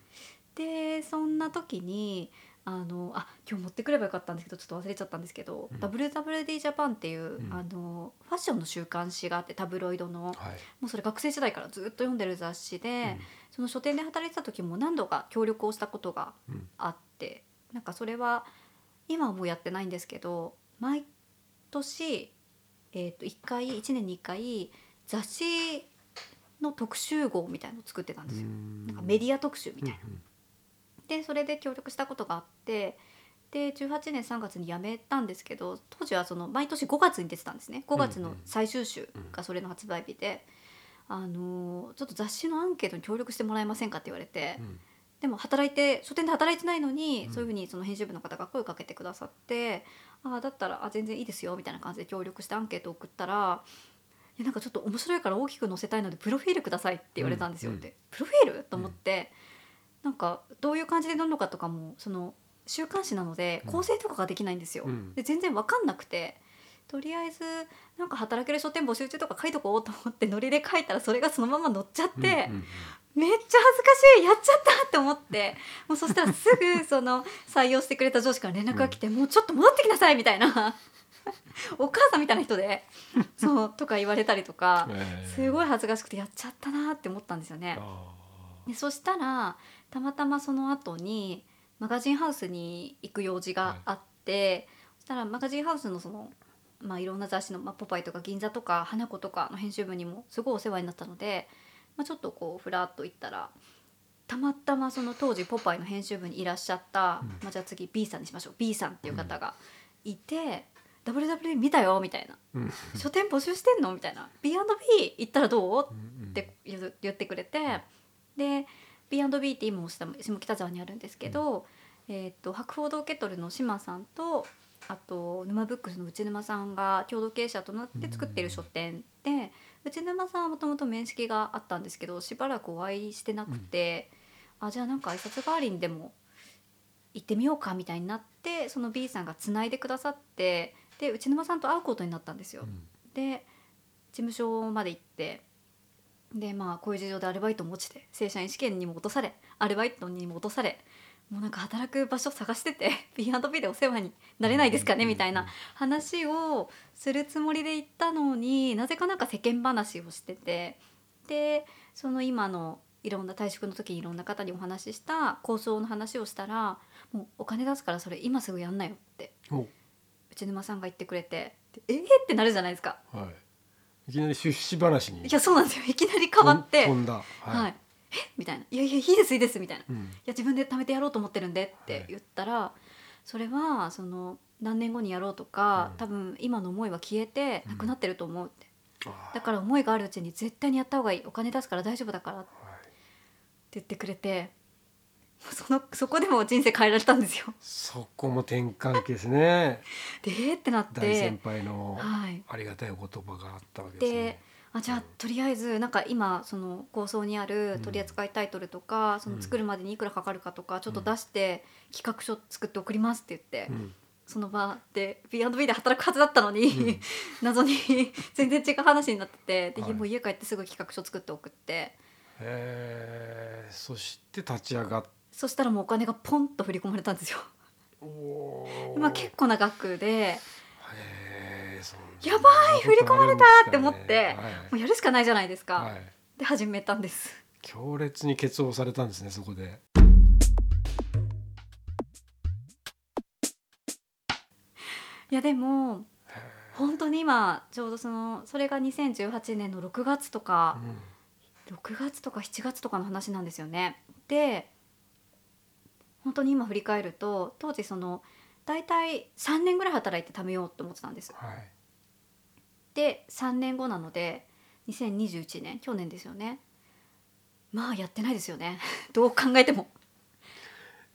Speaker 2: でそんな時にあのあ今日持ってくればよかったんですけどちょっと忘れちゃったんですけど、
Speaker 1: うん
Speaker 2: WWD ジャパンっていう、
Speaker 1: ん
Speaker 2: あのファッションの週刊誌があってタブロイドの、
Speaker 1: はい
Speaker 2: もうそれ学生時代からずっと読んでる雑誌で、
Speaker 1: うん
Speaker 2: その書店で働いてた時も何度か協力をしたことが
Speaker 1: うん
Speaker 2: あってなんかそれは今はもうやってないんですけど毎年、えー、と1回1年に1回雑誌の特集号みたいのを作ってたんですよ。なんかメデ
Speaker 1: ィ
Speaker 2: ィア特集みたいな、
Speaker 1: うんうん
Speaker 2: でそれで協力したことがあってで18年3月に辞めたんですけど当時はその毎年5月に出てたんですね5月
Speaker 1: う
Speaker 2: の
Speaker 1: んうん
Speaker 2: 最終週がそれの発売日で、あのーちょっと雑誌のアンケートに協力してもらえませんかって言われて、
Speaker 1: うん
Speaker 2: でも働いて書店で働いてないのに、
Speaker 1: うん
Speaker 2: そういうふうにその編集部の方が声をかけてくださってああだったらあ全然いいですよみたいな感じで協力してアンケートを送ったら「いやなんかちょっと面白いから大きく載せたいのでプロフィールください」って言われたんですよ、
Speaker 1: うん
Speaker 2: ってプロフィールと思って、なんかどういう感じでなるのかとかもその週刊誌なので
Speaker 1: うん
Speaker 2: 構成とかができないんですよ。
Speaker 1: うん
Speaker 2: で全然わかんなくてとりあえずなんか働ける書店募集中とか書いとこうと思ってノリで書いたらそれがそのまま載っちゃって。
Speaker 1: うんうん
Speaker 2: めっちゃ恥ずかしいやっちゃったって思ってもうそしたらす (laughs) ぐその採用してくれた上司から連絡が来て、もうちょっと戻ってきなさいみたいなお母さんみたいな人 (laughs) でそうとか言われたりとか
Speaker 1: えー
Speaker 2: すごい恥ずかしくてやっちゃったなって思ったんですよね。
Speaker 1: あ
Speaker 2: でそしたらたまたまその後にマガジンハウスに行く用事があって、そしたらマガジンハウスのその、まあ、いろんな雑誌の「まあ、ポパイ」とか「銀座」とか「花子」とかの編集部にもすごいお世話になったので、まあ、ちょっとこうふらっと行ったらたまたまその当時「ポパイ」の編集部にいらっしゃった、
Speaker 1: うん
Speaker 2: まあ、じゃあ次 B さんにしましょう B さんっていう方がいて「WW 見たよ」み
Speaker 1: (laughs)
Speaker 2: たいな
Speaker 1: ーうん
Speaker 2: 「書店募集してんの?」みたいな「B&B 行ったらどう?」
Speaker 1: うん
Speaker 2: って言う言ってくれてで B&B って今も下下北沢にあるんですけど、えーっと博報堂ケトルの島さんとあと沼ブックスの内沼さんが共同経営者となって作ってる書店で、内沼さんはもともと面識があったんですけどしばらくお会いしてなくて、あじゃあなんか挨拶代わりにでも行ってみようかみたいになってその B さんがつないでくださってで内沼さんと会うことになったんですよ。
Speaker 1: うん
Speaker 2: で事務所まで行ってでまあこういう事情でアルバイトも落ちて正社員試験にも落とされアルバイトにも落とされもうなんか働く場所探して (laughs) て B&B でお世話になれないですかねみたいな話をするつもりで行ったのになぜかなんか世間話をしててでその今のいろんな退職の時にいろんな方にお話しした構想の話をしたら「もうお金出すからそれ今すぐやんなよ」って
Speaker 1: お
Speaker 2: 内沼さんが言ってくれて「でえー、ってなるじゃないですか。
Speaker 1: はい。いきなり出資話に
Speaker 2: いやそうなんですよいきなり変わって
Speaker 1: 飛
Speaker 2: 「はい
Speaker 1: んだ。はい。
Speaker 2: えみたいな「いやいやいいですいいです」みたいな「い
Speaker 1: うん
Speaker 2: や自分で貯めてやろうと思ってるんで」っ
Speaker 1: は
Speaker 2: て
Speaker 1: い
Speaker 2: 言ったら、それはその何年後にやろうとか、
Speaker 1: うん
Speaker 2: 多分今の思いは消えてなくなってると思うって、
Speaker 1: あー
Speaker 2: だから思いがあるうちに絶対にやった方がいいお金出すから大丈夫だからって
Speaker 1: はい
Speaker 2: 言ってくれてそのそこでも人生変えられたんですよ。
Speaker 1: そこも転換期ですね。
Speaker 2: でえーってなっ
Speaker 1: 大
Speaker 2: て
Speaker 1: 先。輩の
Speaker 2: はい
Speaker 1: ありがたいお言葉があったわけです
Speaker 2: で
Speaker 1: ね。
Speaker 2: あじゃ
Speaker 1: う
Speaker 2: あ
Speaker 1: ん
Speaker 2: とりあえずなんか今その構想にある
Speaker 1: うん
Speaker 2: 取り扱いタイトルとか、そうの
Speaker 1: ん
Speaker 2: 作るまでにいくらかかるかとかちょっと出して企画書作って送りますって言って、
Speaker 1: うん
Speaker 2: その場で B&B で働くはずだったのに、
Speaker 1: うん
Speaker 2: (laughs) 謎に全然違う話になっててで、
Speaker 1: はい
Speaker 2: もう家帰ってすぐ企画書作って送って
Speaker 1: えーそして立ち上がっ
Speaker 2: そしたらもうお金がポンと振り込まれたんですよ。
Speaker 1: おー
Speaker 2: まあ、結構な額で
Speaker 1: へーそんな
Speaker 2: やばい振り込まれたって思って
Speaker 1: はい
Speaker 2: もうやるしかないじゃないですか、
Speaker 1: はい、
Speaker 2: で始めたんです。
Speaker 1: 強烈に決をされたんですねそこで。
Speaker 2: いやでも
Speaker 1: へ
Speaker 2: 本当に今ちょうどそのそれが2018年の6月と
Speaker 1: ー
Speaker 2: か
Speaker 1: うん
Speaker 2: 6月とか7月とかの話なんですよね。で本当に今振り返ると当時その大体3年ぐらい働いて貯めようと思ってたんです。
Speaker 1: はい
Speaker 2: で3年後なので2021年去年ですよねまあやってないですよね (laughs) どう考えても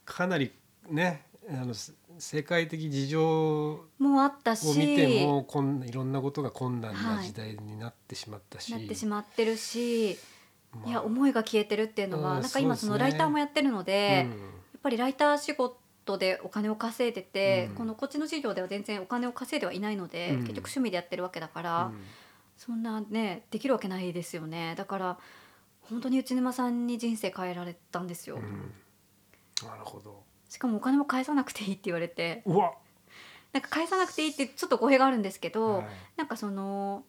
Speaker 1: かなりねあのせ世界的事情を
Speaker 2: もうあったし
Speaker 1: 見てもこんいろんなことが困難な
Speaker 2: はい
Speaker 1: 時代になってしまったし、
Speaker 2: なってしまってるし、
Speaker 1: まあ
Speaker 2: いや思いが消えてるっていうのは、
Speaker 1: うん
Speaker 2: なんか今
Speaker 1: そ
Speaker 2: そ
Speaker 1: うですね
Speaker 2: のライターもやってるので、
Speaker 1: う
Speaker 2: や
Speaker 1: ん
Speaker 2: っぱりライター仕事でお金を稼いでて、
Speaker 1: うん
Speaker 2: このこっちの事業では全然お金を稼いではいないので、
Speaker 1: うん
Speaker 2: 結局趣味でやってるわけだから、
Speaker 1: うん
Speaker 2: そんなねできるわけないですよねだから本当に内沼さんに人生変えられたんですよ、
Speaker 1: うんなるほど
Speaker 2: しかもお金も返さなくていいって言われて
Speaker 1: うわ、
Speaker 2: なんか返さなくていいってちょっと語弊があるんですけど、
Speaker 1: はい
Speaker 2: なんかその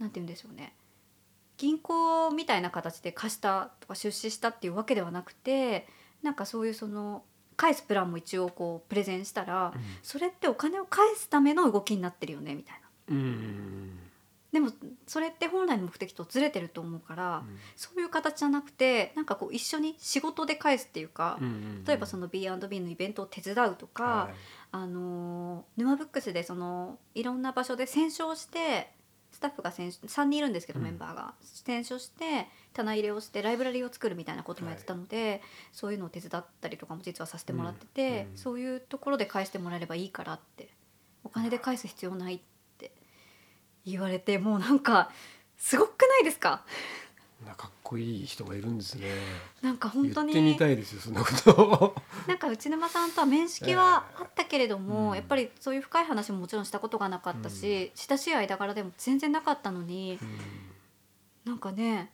Speaker 2: なんて言うんでしょうね銀行みたいな形で貸したとか出資したっていうわけではなくてなんかそういうその返すプランも一応こうプレゼンしたら、それってお金を返すための動きになってるよねみたいな
Speaker 1: うんうん
Speaker 2: でもそれって本来の目的とずれてると思うから、そういう形じゃなくてなんかこう一緒に仕事で返すっていうか、例えばそ
Speaker 1: の
Speaker 2: の B&B のイベントを手伝うとか、あのー沼ブックスでそのいろんな場所で選書をしてスタッフが選書3人いるんですけど、
Speaker 1: うん
Speaker 2: メンバーが選書して棚入れをしてライブラリーを作るみたいなこともやってたので、そういうのを手伝ったりとかも実はさせてもらってて、
Speaker 1: うんうん
Speaker 2: そういうところで返してもらえればいいからってお金で返す必要ないって言われてもうなんかすごくないですか
Speaker 1: なかっこいい人がいるんですね
Speaker 2: なんか本当に
Speaker 1: 言ってみたいですよそんなこと
Speaker 2: なんか内沼さんとは面識はあったけれども、
Speaker 1: ええうん
Speaker 2: やっぱりそういう深い話ももちろんしたことがなかったし、親しい間柄でも全然なかったのになんかね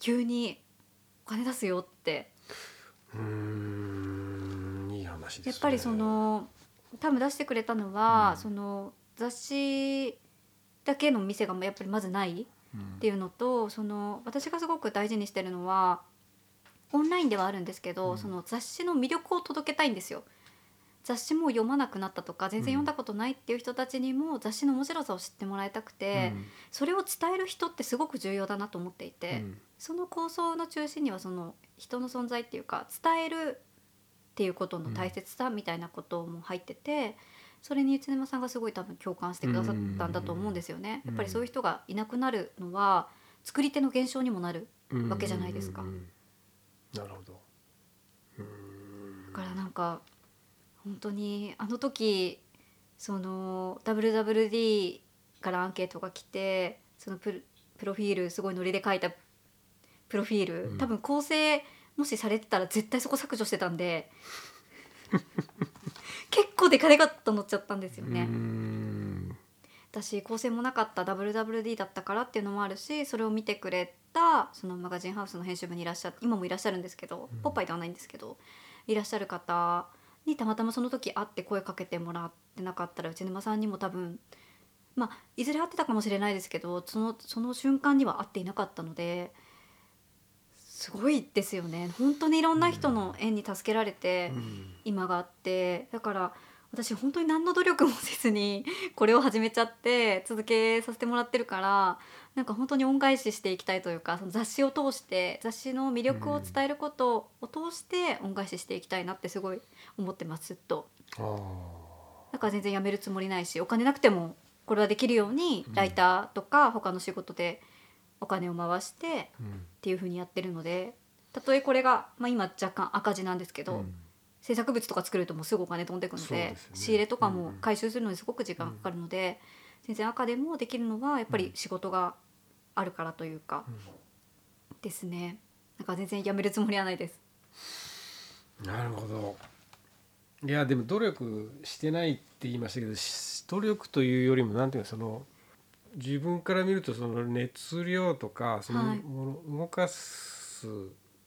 Speaker 2: 急に「お金出すよ」って
Speaker 1: うんうんいい話ですね
Speaker 2: やっぱりその多分出してくれたのは、
Speaker 1: うん
Speaker 2: その雑誌だけの店がやっぱりまずない
Speaker 1: うん
Speaker 2: っていうのとその私がすごく大事にしてるのはオンラインではあるんですけど、
Speaker 1: うん
Speaker 2: その雑誌の魅力を届けたいんですよ。雑誌も読まなくなったとか全然読んだことないっていう人たちにも雑誌の面白さを知ってもらいたくて、
Speaker 1: うん
Speaker 2: それを伝える人ってすごく重要だなと思っていて、
Speaker 1: うん
Speaker 2: その構想の中心にはその人の存在っていうか伝えるっていうことの大切さみたいなことも入ってて、それに内沼さんがすごい多分共感してくださったんだと思うんですよね。
Speaker 1: うん
Speaker 2: やっぱりそういう人がいなくなるのは作り手の減少にもなるわけじゃないですか
Speaker 1: うんうんうんなるほどうん
Speaker 2: だからなんか本当にあの時その WWD からアンケートが来てそのプロプロフィールすごいノリで書いたプロフィール、
Speaker 1: うん
Speaker 2: 多分構成もしされてたら絶対そこ削除してたんで
Speaker 1: (laughs)
Speaker 2: 結構でかでかっと乗っちゃったんですよね。
Speaker 1: うん
Speaker 2: 私構成もなかった WWD だったからっていうのもあるしそれを見てくれたそのマガジンハウスの編集部にいらっしゃっ今もいらっしゃるんですけど、
Speaker 1: うん
Speaker 2: ポッパイではないんですけどいらっしゃる方にたまたまその時会って声かけてもらってなかったら内沼さんにも多分まあいずれ会ってたかもしれないですけどそのその瞬間には会っていなかったのですごいですよね本当にいろんな人の縁に助けられて。
Speaker 1: うん
Speaker 2: 今があってだから私本当に何の努力もせずに (laughs) これを始めちゃって続けさせてもらってるからなんか本当に恩返ししていきたいというかその雑誌を通して雑誌の魅力を伝えることを通して恩返ししていきたいなってすごい思ってますずっと
Speaker 1: あ
Speaker 2: だから全然やめるつもりないしお金なくてもこれはできるようにライターとか他の仕事でお金を回して
Speaker 1: ーうん
Speaker 2: っていう風にやってるのでたとえこれが、まあ、今若干赤字なんですけど、
Speaker 1: うん
Speaker 2: 制作物とか作るともうすぐお金飛んでくので
Speaker 1: そうですね
Speaker 2: 仕入れとか
Speaker 1: う
Speaker 2: も
Speaker 1: ん
Speaker 2: 回収するのにすごく時間かかるので、全然赤でもできるのはやっぱり仕事があるからというか、ですねなんか全然やめるつもりはないです
Speaker 1: なるほどいやでも努力してないって言いましたけどし努力というよりもなんていうかその自分から見るとその熱量とかその
Speaker 2: はい
Speaker 1: もの動かす、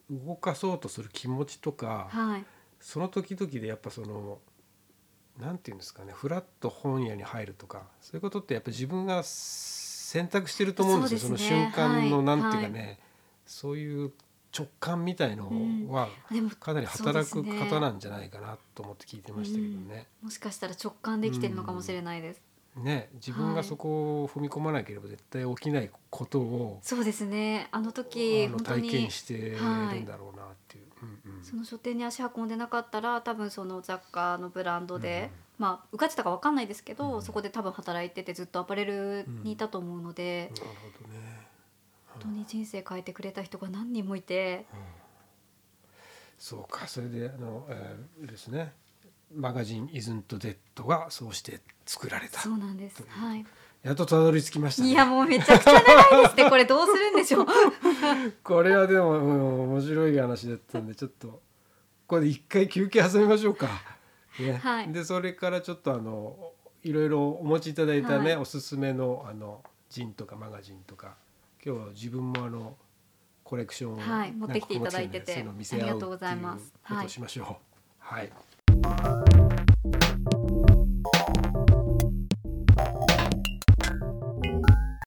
Speaker 1: 動かそうとする気持ちとか、
Speaker 2: はい
Speaker 1: その時々でやっぱそのなんていうんですかねフラッと本屋に入るとかそういうことってやっぱ自分が選択してると思うんですよそ
Speaker 2: そうです
Speaker 1: の
Speaker 2: ね
Speaker 1: 瞬間の
Speaker 2: は
Speaker 1: ないんていうかね、そういう直感みたいのは、
Speaker 2: でも
Speaker 1: かなり働く
Speaker 2: そうです
Speaker 1: 方
Speaker 2: ね
Speaker 1: なんじゃないかなと思って聞いてましたけどね。
Speaker 2: もしかしたら直感できてるのかもしれないです、
Speaker 1: ね自分
Speaker 2: は
Speaker 1: が
Speaker 2: い
Speaker 1: そこを踏み込まなければ絶対起きないことを、
Speaker 2: そうですねあの時
Speaker 1: あの
Speaker 2: 本当
Speaker 1: 体
Speaker 2: に
Speaker 1: 験してるんだろうなっていう。うんうん
Speaker 2: その書店に足運んでなかったら多分その雑貨のブランドで、
Speaker 1: うん
Speaker 2: まあ受かってたか分かんないですけど、
Speaker 1: うん
Speaker 2: そこで多分働いててずっとアパレルにいたと思うので、
Speaker 1: なるほどね。
Speaker 2: 当に人生変えてくれた人が何人もいて
Speaker 1: そうかそれであの、えーですねマガジン「イズント・デッド」がそうして作られた
Speaker 2: そうなんですはい
Speaker 1: やっとたどり着きました
Speaker 2: い
Speaker 1: ね
Speaker 2: やもうめちゃくちゃ長いですねこれどうするんでしょう
Speaker 1: これはでも、うん面白い話だったんでちょっとこれで一回休憩挟みましょうか。ね
Speaker 2: はい
Speaker 1: でそれからちょっとあのいろいろお持ちいただいたね、
Speaker 2: はい
Speaker 1: おすすめのあのジンとかマガジンとか今日は自分もあのコレクションを
Speaker 2: はい
Speaker 1: なんか
Speaker 2: 持ってきていただいてて
Speaker 1: ここ持ってきんでそううの見せ合う
Speaker 2: ありがとうございます
Speaker 1: っていうこ
Speaker 2: は
Speaker 1: とを
Speaker 2: い
Speaker 1: しましょう。はい